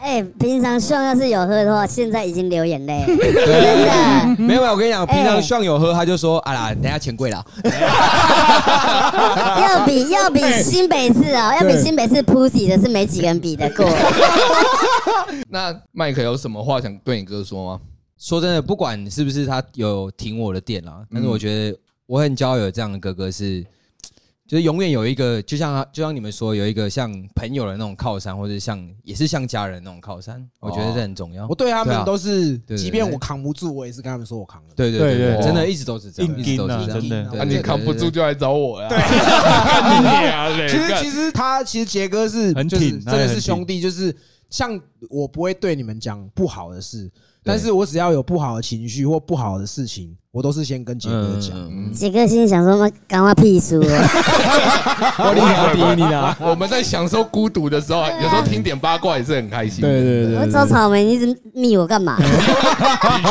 S5: 哎，平常炫要是有喝的话，现在已经流眼泪了，真的。
S4: 没有没有，我跟你讲，平常
S5: 哎
S4: 炫友喝，他就说啊啦，等一下钱贵啦。
S5: 要比要比新北市哦，要比新北市 Pussy 的是没几个人比得过。
S2: 那麦克有什么话想对你哥说吗？
S4: 说真的，不管是不是他有停我的店啦，但是我觉得我很骄傲有这样的哥哥是，就是永远有一个，就像他就像你们说有一个像朋友的那种靠山，或者像也是像家人那种靠山，我觉得这很重要
S1: 我。对他
S4: 对
S1: 们
S4: 啊
S1: 都是，
S4: 对对
S1: 即便
S4: 对
S1: 我扛不住，我也是跟他们说我扛得住。
S4: 对对
S7: 对
S4: 对
S7: 对
S4: 对，真的一直都是这样，
S7: 硬
S4: 一直都
S7: 盯啊
S4: 是这样。
S7: 真的
S1: 对
S2: 啊，你扛不住就来找我呀。
S1: 其实其实他其实杰哥是
S7: 很
S1: 就是
S7: 挺
S1: 真
S7: 他也
S1: 的
S7: 很
S1: 是兄弟，就是像我不会对你们讲不好的事，但是我只要有不好的情绪或不好的事情，我都是先跟杰哥讲。
S4: 嗯，
S5: 杰哥心里想说：“妈，干我屁事哦！
S4: 我立马比你啦。
S2: 我们在享受孤独的时候，
S1: 啊
S2: 有时候听点八卦也是很开心。
S7: 对对对
S5: 我
S7: 对
S5: 找草莓，你一直密我干嘛？
S2: 的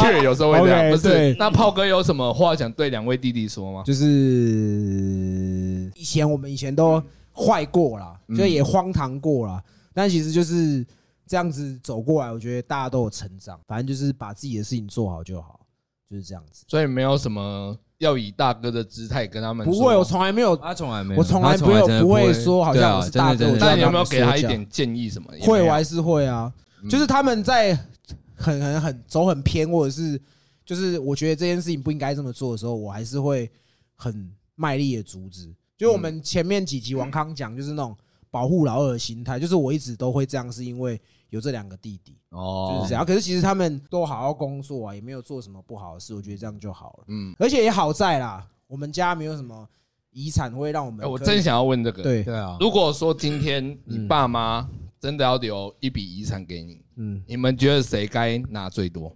S2: 确有时候会这样。
S1: OK，
S2: 不
S1: 对
S2: 是，那炮哥有什么话想对两位弟弟说吗？
S1: 就是以前我们以前都坏过啦，就也荒唐过啦，但其实就是这样子走过来，我觉得大家都有成长。反正就是把自己的事情做好就好，就是这样子。
S2: 所以没有什么要以大哥的姿态跟他们
S1: 不
S2: 说
S1: 会，我从来没有
S4: 他从来没
S1: 我从来
S4: 他
S1: 不会
S4: 真的
S1: 不会
S4: 会
S1: 说好像
S4: 对啊
S1: 我是
S4: 真的
S1: 大哥
S4: 真的
S1: 我就
S2: 那
S1: 要
S2: 你有没有给他一
S1: 他们
S2: 点建议什么？
S1: 会，我还
S2: 玩
S1: 是会啊。
S2: 嗯
S1: 就是他们在很很很走很偏，或者是就是我觉得这件事情不应该这么做的时候，我还是会很卖力的阻止。就我们前面几集王康讲，就是那种保护老二的心态，就是我一直都会这样，是因为有这两个弟弟，就
S2: 哦
S1: 是这样。可是其实他们都好好工作啊，也没有做什么不好的事，我觉得这样就好了。
S2: 嗯，
S1: 而且也好在啦，我们家没有什么遗产会让我们
S2: 哎，我
S1: 可以
S2: 真想要问这个。，
S1: 对，
S4: 对啊，
S2: 如果说今天你爸妈真的要留一笔遗产给你，
S1: 嗯，
S2: 你们觉得谁该拿最多？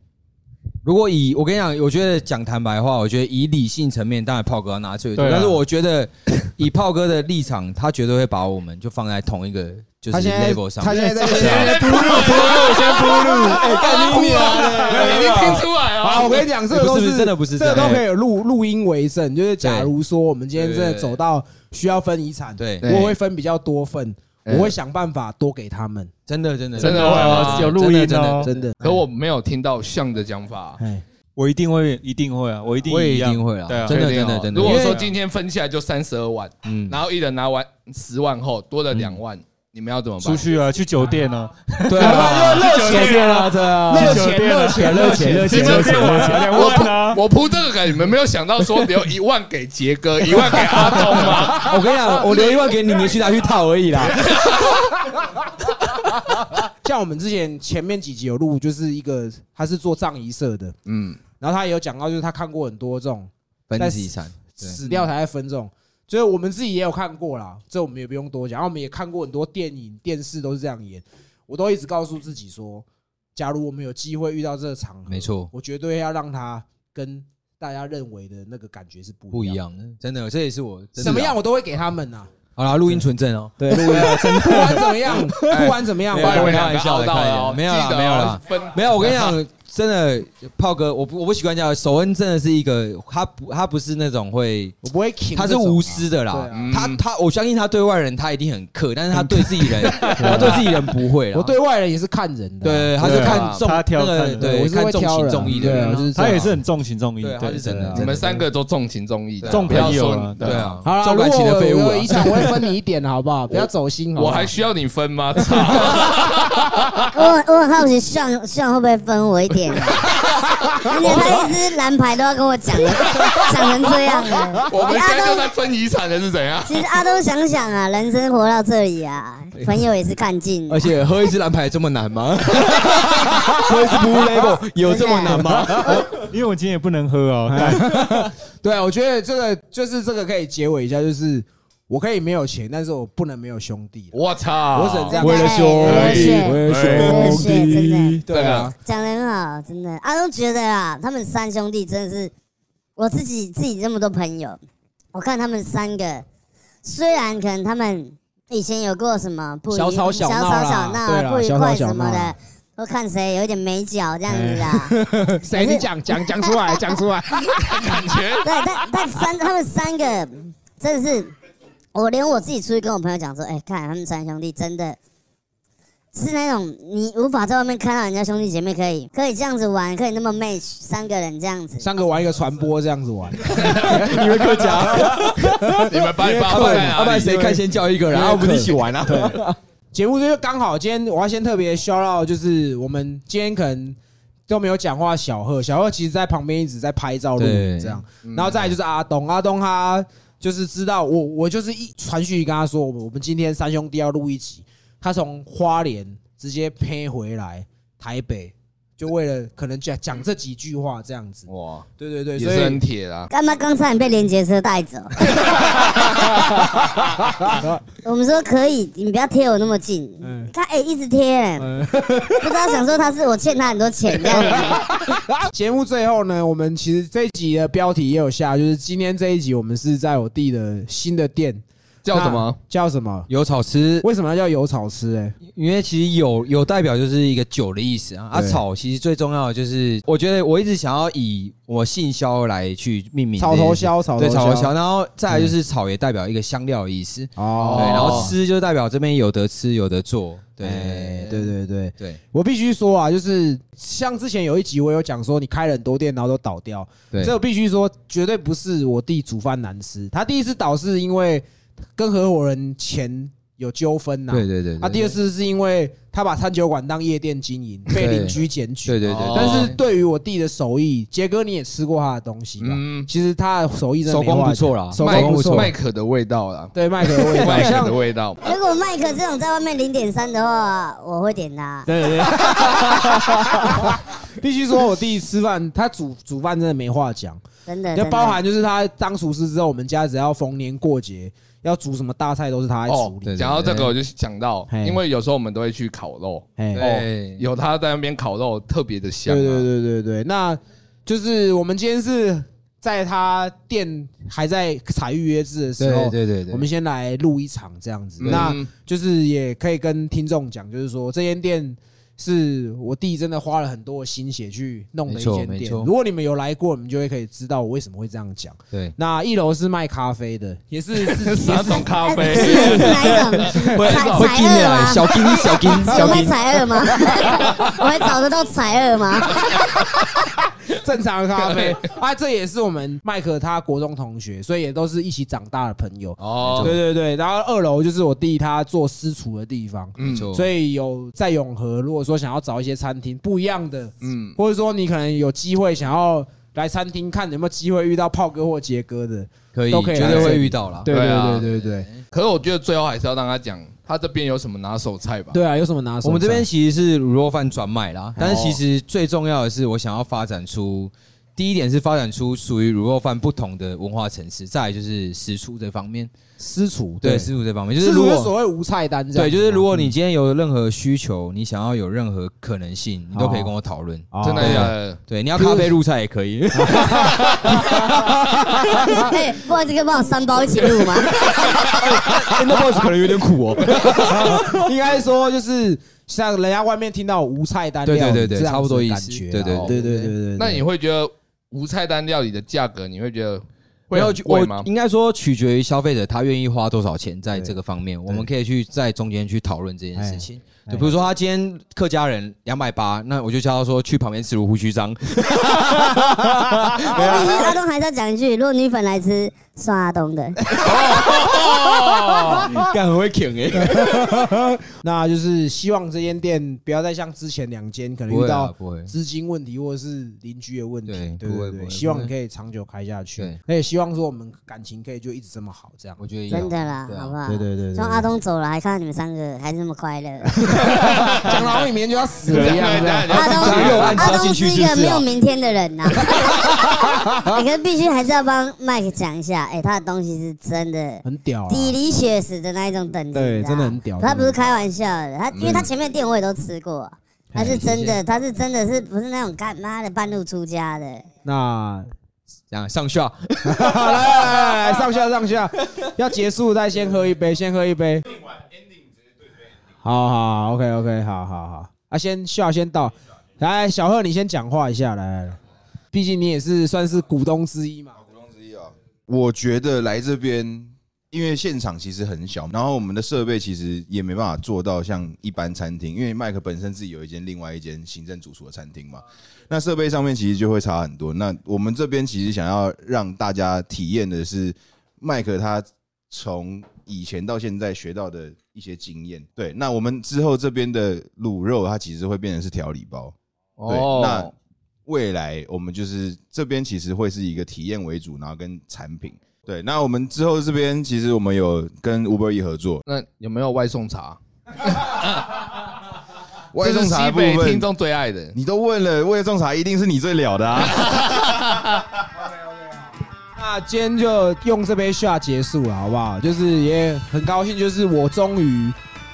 S4: 如果以我跟你讲，我觉得讲坦白话，我觉得以理性层面，当然炮哥要拿最多，
S7: 对啊
S4: 但是我觉得以炮哥的立场，他绝对会把我们就放在同一个就是
S1: 他现在
S4: level 上
S1: 他
S4: 面。
S1: 现在在
S2: 对啊
S1: 铺路铺路先铺路，哎， 干你
S2: 没有，
S4: 啊
S2: 一定听出来
S1: 好，我
S2: 哦。
S1: 跟你讲，这个都
S4: 不是不是真的不是
S1: 这
S4: 这
S1: 个
S4: 样
S1: 都可以有录录音为证。就是假如说我们今天真的
S4: 对
S1: 走到需要分遗产，
S4: 对
S2: 对
S1: 我会分比较多份，
S2: 对
S1: 我会想办法多给他们。
S4: 真的真的
S2: 真的
S4: 真
S2: 哦
S4: 真的
S7: 有录音
S4: 真的
S7: 哦
S4: 真的，
S2: 可我没有听到像的讲法，
S1: 哎，
S7: 我一定会，一定会啊，我一定
S4: 我也一
S7: 样
S4: 定会啊
S7: 对啊，
S4: 真的
S2: 确定哦
S4: 真的真的
S2: 如果
S7: 因
S2: 说
S7: 为
S2: 今天分下来就三十二万，
S4: 嗯，
S2: 然后一人拿完十万后多了两万，你们要怎么办？
S7: 出去啊，去酒店啊，
S4: 对啊，热钱啊，对啊，
S7: 热钱热钱热钱热钱热钱两
S2: 我
S7: 万啊，
S2: 铺我铺这个梗，你们没有想到说留一万给杰 哥，一万给阿东吗？
S4: 我跟你讲，我留一万给你，你去拿去套而已啦。
S1: 像我们之前前面几集有录，就是一个他是做葬仪社的，
S2: 嗯，
S1: 然后他也有讲到，就是他看过很多这种
S4: 分析遗产，对
S1: 死掉才在分这种。就是我们自己也有看过啦，这我们也不用多讲。然后我们也看过很多电影、电视都是这样演。我都一直告诉自己说，假如我们有机会遇到这个场合，
S4: 没错
S1: 我绝对要让他跟大家认为的那个感觉是不
S4: 不一
S1: 一样
S4: 样，真的，这也是啊我
S1: 的。怎么样？我都会给他们呐，
S4: 好啦，录音存证哦。
S1: 对，啊不管怎么 样，不管怎么样，
S4: 没
S2: 不
S4: 有
S2: 然
S4: 我
S2: 我
S4: 开
S2: 两
S4: 玩
S2: 个
S4: 笑
S2: 熬
S4: 的
S2: 到了哦，
S4: 没有啦
S2: 记得哦
S4: 没有啦
S2: 分
S4: 没有，我跟 你讲，真的，炮哥，我不我不习惯叫守恩，真的是一个，他不他不是那种会，
S1: 我不会请
S4: 他
S1: 这
S4: 是
S1: 种啊。
S4: 无私的
S1: 对
S4: 啦
S1: 啊。
S2: 嗯
S4: 他他，我相信他对外人他一定很客，但是他对自己人， 他对自己人不会啦。
S1: 我对外人也是看人的啊，
S4: 对，他是看重
S7: 他挑
S4: 那个
S7: 看人
S4: 对，
S1: 我是
S4: 看
S1: 会
S4: 重
S1: 挑
S4: 情
S1: 人
S4: 重义的
S1: 对啊
S4: 人
S1: 就
S4: 啊，
S1: 是这
S7: 他
S1: 样
S7: 也是很重情重义，
S4: 对，他是真的，啊
S2: 你
S4: 真的
S2: 们三个都重情重义的，
S7: 重
S2: 不要
S7: 朋友
S2: 说
S7: 啊
S2: 你
S4: 对啊，
S1: 好了，
S4: 重
S1: 如
S4: 感
S1: 果
S4: 情的
S1: 我
S4: 废物
S1: 有遗
S4: 啊。
S1: 产，我会分你一点，好不好？不要走心，好不
S2: 我
S1: 好？
S2: 还需要你分吗？操！
S5: 我我很好奇，上上会不会分我一点啊？而且他一只蓝牌都要跟我讲了，讲成这样了。
S2: 我们
S5: 哎
S2: 现在就
S5: 阿东，
S2: 在分遗产的是怎样？
S5: 其实阿东想想啊，人生活到这里啊，朋友也是看尽了
S4: 而。且喝一支蓝牌这么难 吗？喝一支 Blue Label 有这么难吗？
S7: 因为我今天也不能喝
S1: 哎
S7: 哦，但
S1: 对，啊我觉得这个就是这个可以结尾一下，就是我可以没有钱，但是我不能没有兄弟啦。
S2: 我操！
S1: 我只能这样啊
S5: 为了兄弟
S7: 为
S5: 了兄弟真的
S1: 对啊，
S5: 讲的很好，真的。阿东觉得啊，他们三兄弟真的是我自己自己这么多朋友，我看他们三个，虽然可能他们以前有过什么不愉
S1: 小吵小闹啦
S5: 小吵小闹
S1: 对啦啊
S5: 不愉快
S1: 小
S5: 什
S1: 吵小
S5: 么
S1: 闹哎
S5: 的
S1: 啦，
S5: 都看谁有一点眉角这样子啊。
S1: 谁？你讲讲讲出来，讲出来。
S2: 感觉
S5: 对，但但三他们三个真的是，我连我自己出去跟我朋友讲说，哎、看他们三兄弟真的是那种你无法在外面看到人家兄弟姐妹可以可以这样子玩，可以那么 match 三个人这样子。
S1: 三个玩一个传播这样子玩，
S4: 你们客家，
S2: 你们啊把你爸
S4: 要
S1: 啊
S2: 放
S4: 不
S2: 在
S4: 然要不
S2: 哪
S4: 然
S2: 里？
S4: 谁看先叫一个，然后我们一起玩啊？
S1: 节目就是刚好今天我要先特别 shout out，就是我们今天可能。都没有讲话。小贺，小贺其实在旁边一直在拍照录影
S4: 对
S1: 这样，然后再来就是阿东，阿东他就是知道我，我就是一传讯息跟他说，我们我们今天三兄弟要录一集，他从花莲直接飞回来台北，就为了可能讲讲这几句话这样子。
S2: 嗯哇，
S1: 对对对，
S2: 也
S1: 所
S2: 是很
S1: 以
S2: 铁啦。
S5: 干嘛刚差点被连接车带走？我们说可以，你不要贴我那么近。
S1: 啊
S5: 他哎、一直贴、不知道想说他是我欠他很多钱这样子。
S1: 节目最后呢，我们其实这一集的标题也有下，就是今天这一集我们是在我弟的新的店，
S2: 叫什么？
S1: 那？叫什么？
S4: 有草吃，
S1: 为什么要叫有草吃、欸？
S4: 因为其实有有代表就是一个酒的意思啊。啊，
S1: 对
S4: 草其实最重要的就是，我觉得我一直想要以我姓萧来去命名
S1: 草
S4: 这件
S1: 头
S4: 事
S1: 萧，草头
S4: 对草头萧，
S1: 萧。
S4: 然后再来就是草也代表一个香料的意思，
S1: 哦
S4: 对，然后吃就代表这边有得吃有得做，对
S1: 哎对对对，
S4: 对
S1: 我必须说啊，就是像之前有一集我有讲说，你开了很多店，然后都倒掉，
S4: 对，
S1: 这我必须说，绝对不是我弟煮饭难吃。他第一次倒是因为跟合伙人钱有纠纷呐，
S4: 对对对，
S1: 啊，第二次是因为他把餐酒馆当夜店经营，被
S4: 对
S1: 邻居检举。
S4: 对对对，
S2: 哦
S1: 但是对于我弟的手艺，杰哥你也吃过他的东西吧？
S2: 嗯，
S1: 其实他的手艺真的
S4: 手工
S1: 没话
S4: 不错啦
S1: 讲手
S4: 麦
S1: 工不错，
S2: 麦可的味道啦，
S1: 对麦克的味道，
S2: 麦可的
S1: 像
S2: 味道。
S5: 如果麦克这种在外面零点三的话，我会点他。
S1: 对对对，必须说我弟吃饭，他煮煮饭真的没话讲，
S5: 真的，
S1: 就
S5: 哎真的
S1: 包含就是他当厨师之后，我们家只要逢年过节要煮什么大菜都是他来
S2: 哦
S1: 处理。
S4: 对对
S2: 讲到这个，我就想到
S1: 嘿，
S2: 因为有时候我们都会去烤肉，
S1: 哎
S4: 对
S2: 有他在那边烤肉特别的香、啊。
S1: 对对对对对，那就是我们今天是在他店还在采预约制的时候
S4: 对，对对对，
S1: 我们先来录一场这样子。
S2: 嗯
S1: 那就是也可以跟听众讲，就是说这间店是我弟真的花了很多的心血去弄的一间
S4: 没错没
S1: 店。
S4: 错
S1: 如果你们有来过，你们就会可以知道我为什么会这样讲。
S4: 对
S1: 那一楼是卖咖啡的，也是 是
S2: 哪种咖
S5: 哎
S2: 啡？
S5: 是是哪一种？
S4: 会
S5: 采
S4: 会
S5: 采
S4: 进
S5: 二
S4: 来，
S5: 吗？
S4: 小金 小金
S5: 有
S4: 小
S5: 卖
S4: 金，
S5: 采二吗？ 我还找得到采二吗？
S1: 正常的咖啡啊，这也是我们麦克他国中同学，所以也都是一起长大的朋友。
S2: 哦，
S1: 对对对，然后二楼就是我弟他做私厨的地方，
S2: 嗯
S1: 所
S4: 以
S1: 以有在永和，如果说想要找一些餐厅不一样的，
S2: 嗯，
S1: 或者说你可能有机会想要来餐厅看有没有机会遇到炮哥或杰哥的，
S4: 可以
S1: 都可以
S4: 绝
S1: 来
S4: 对
S1: 这
S4: 会
S1: 里
S4: 遇到啦。
S1: 对
S2: 对啊
S1: 对对对对
S2: 可是我觉得最后还是要让他讲他这边有什么拿手菜吧。
S1: 对啊！有什么拿手菜？
S4: 我们这边其实是卤肉饭转卖啦，但是其实最重要的是，我想要发展出第一点是发展出属于卤肉饭不同的文化层次，再来就是食出这方面，
S1: 私厨
S4: 对食出这方面，就是
S1: 是
S4: 如
S1: 如果
S4: 果
S1: 所嗯谓无菜单这样子吗，
S4: 对，就是如果你今天有任何需求，你想要有任何可能性，你都可以跟我讨论。
S1: 哦
S2: 真的假的？
S4: 对，你要咖啡入菜也可以。
S5: 哎，不好意思，可以帮我三包一起录吗？
S4: 那 boss 可能有点苦哦。
S1: 应该说就是像人家外面听到无菜单料
S4: 对
S1: 理这样子
S4: 对
S1: 的感
S4: 对对，
S1: 觉啊，
S4: 差不多意思。对对
S2: 哦
S1: 对对对对。
S2: 那
S1: 对
S2: 你会觉得无菜单料理的价格，你会觉得会
S4: 没有
S2: 很
S4: 就
S2: 贵吗
S4: 我？应该说取决于消费者他愿意花多少钱在这个方面，我们可以去在中间去讨论这件事情。
S1: 哎
S4: 就比如说他今天客家人两百八，那我就叫他说去旁边吃芦胡须 章。
S5: 我
S4: 啊
S5: 必须阿东还是要讲一句，如果女粉来吃，算阿东的。
S4: 干很会啃哎，
S1: 那就是希望这间店不要再像之前两间可能
S4: 不
S1: 遇
S4: 会啊
S1: 到
S4: 不会。
S1: 资金问题或者是邻居的问题，
S4: 对
S1: 对对
S4: 不会
S1: 对
S4: 不会
S1: 希望你可以长久开下去
S4: 对，
S1: 而且希望说我们感情可以就一直这么好这样。
S4: 我觉得
S5: 真的啦，好不好？
S1: 对对对对
S5: 从阿东走了，还看到你们三个还是那么快乐。
S1: 讲到明年就要死了一样，这
S2: 啊
S1: 样
S5: 阿东
S4: 把右岸
S5: 阿
S4: 插
S5: 东
S4: 进
S5: 是
S4: 去是
S5: 一
S4: 不
S5: 个
S4: 是
S5: 没有
S4: 啊？
S5: 明天的人呐、 你可是必须还是要帮麦克讲一下，哎、他的东西是真的
S1: 很屌啊！
S5: 底里血死的那一种等级，
S1: 对
S5: 你知道
S1: 真的很屌嗯
S5: 他
S1: 真的
S5: 不是开玩笑的，他因为他前面的店我也都吃过，他是真的，他是真的是不是那种干妈的半路出家的？
S1: 那
S4: 这样上下
S1: 啊来来来来上下上 下，要结束再先喝一杯，先喝一杯。好好好，OK OK，好好好，啊，先笑先到，来小贺你先讲话一下，来来来，毕竟你也是算是股东之一嘛，
S8: 股东之一啊。我觉得来这边，因为现场其实很小，然后我们的设备其实也没办法做到像一般餐厅，因为麦克本身自己有一间另外一间行政主厨的餐厅嘛，那设备上面其实就会差很多。那我们这边其实想要让大家体验的是麦克他从以前到现在学到的一些经验。对，那我们之后这边的卤肉它其实会变成是调理包，对，那未来我们就是这边其实会是一个体验为主，然后跟产品。对，那我们之后这边其实我们有跟 Uber E 合作，
S2: 那有没有外送茶？
S8: 外送
S2: 这
S8: 茶的
S2: 是
S8: 部
S2: 西北
S8: 分
S2: 听众最爱的。
S8: 你都问了，外送茶一定是你最了的啊！
S1: 那今天就用这杯 shot 结束了，好不好？就是也很高兴，就是我终于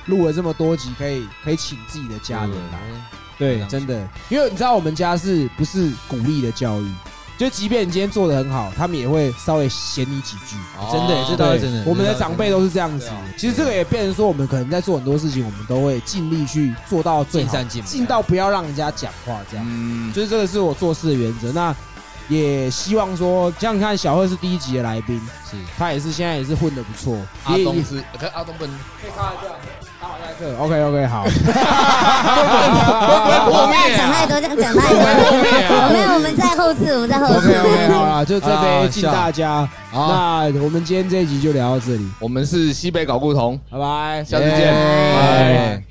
S1: 录了这么多集，可以可以请自己的家人来。对，真的，因为你知道我们家是不是鼓励的教育？就即便你今天做的很好，他们也会稍微嫌你几句。
S4: 真的耶，这倒哦是真的。
S1: 我们的
S4: 这倒
S1: 长
S4: 是
S1: 辈都是这样子
S4: 对啊。
S1: 其实这个也变成说，我们可能在做很多事情，我们都会尽力去做到最好
S4: 尽善尽，美啊
S1: 尽到不要让人家讲话这样。
S8: 嗯，
S1: 就是这个是我做事的原则。那也希望说，像你看小贺是第一集的来宾，
S4: 是
S1: 他也是现在也是混的不错。
S2: 阿
S1: 也
S2: 东
S1: 也
S2: 是，可阿东不能
S1: 对，OK OK 好。
S2: 啊
S5: 不要讲太多，这样讲太多。 我没有，我们在后置，我们在后
S1: OK
S5: 置。
S1: OK 好啦，就这杯
S4: 啊
S1: 敬大家。
S2: 啊。
S1: 那我哦们今天这一集就聊到这里，
S2: 我们是西北搞不同，
S1: 拜拜，
S2: 下次见，
S5: 耶
S2: 拜。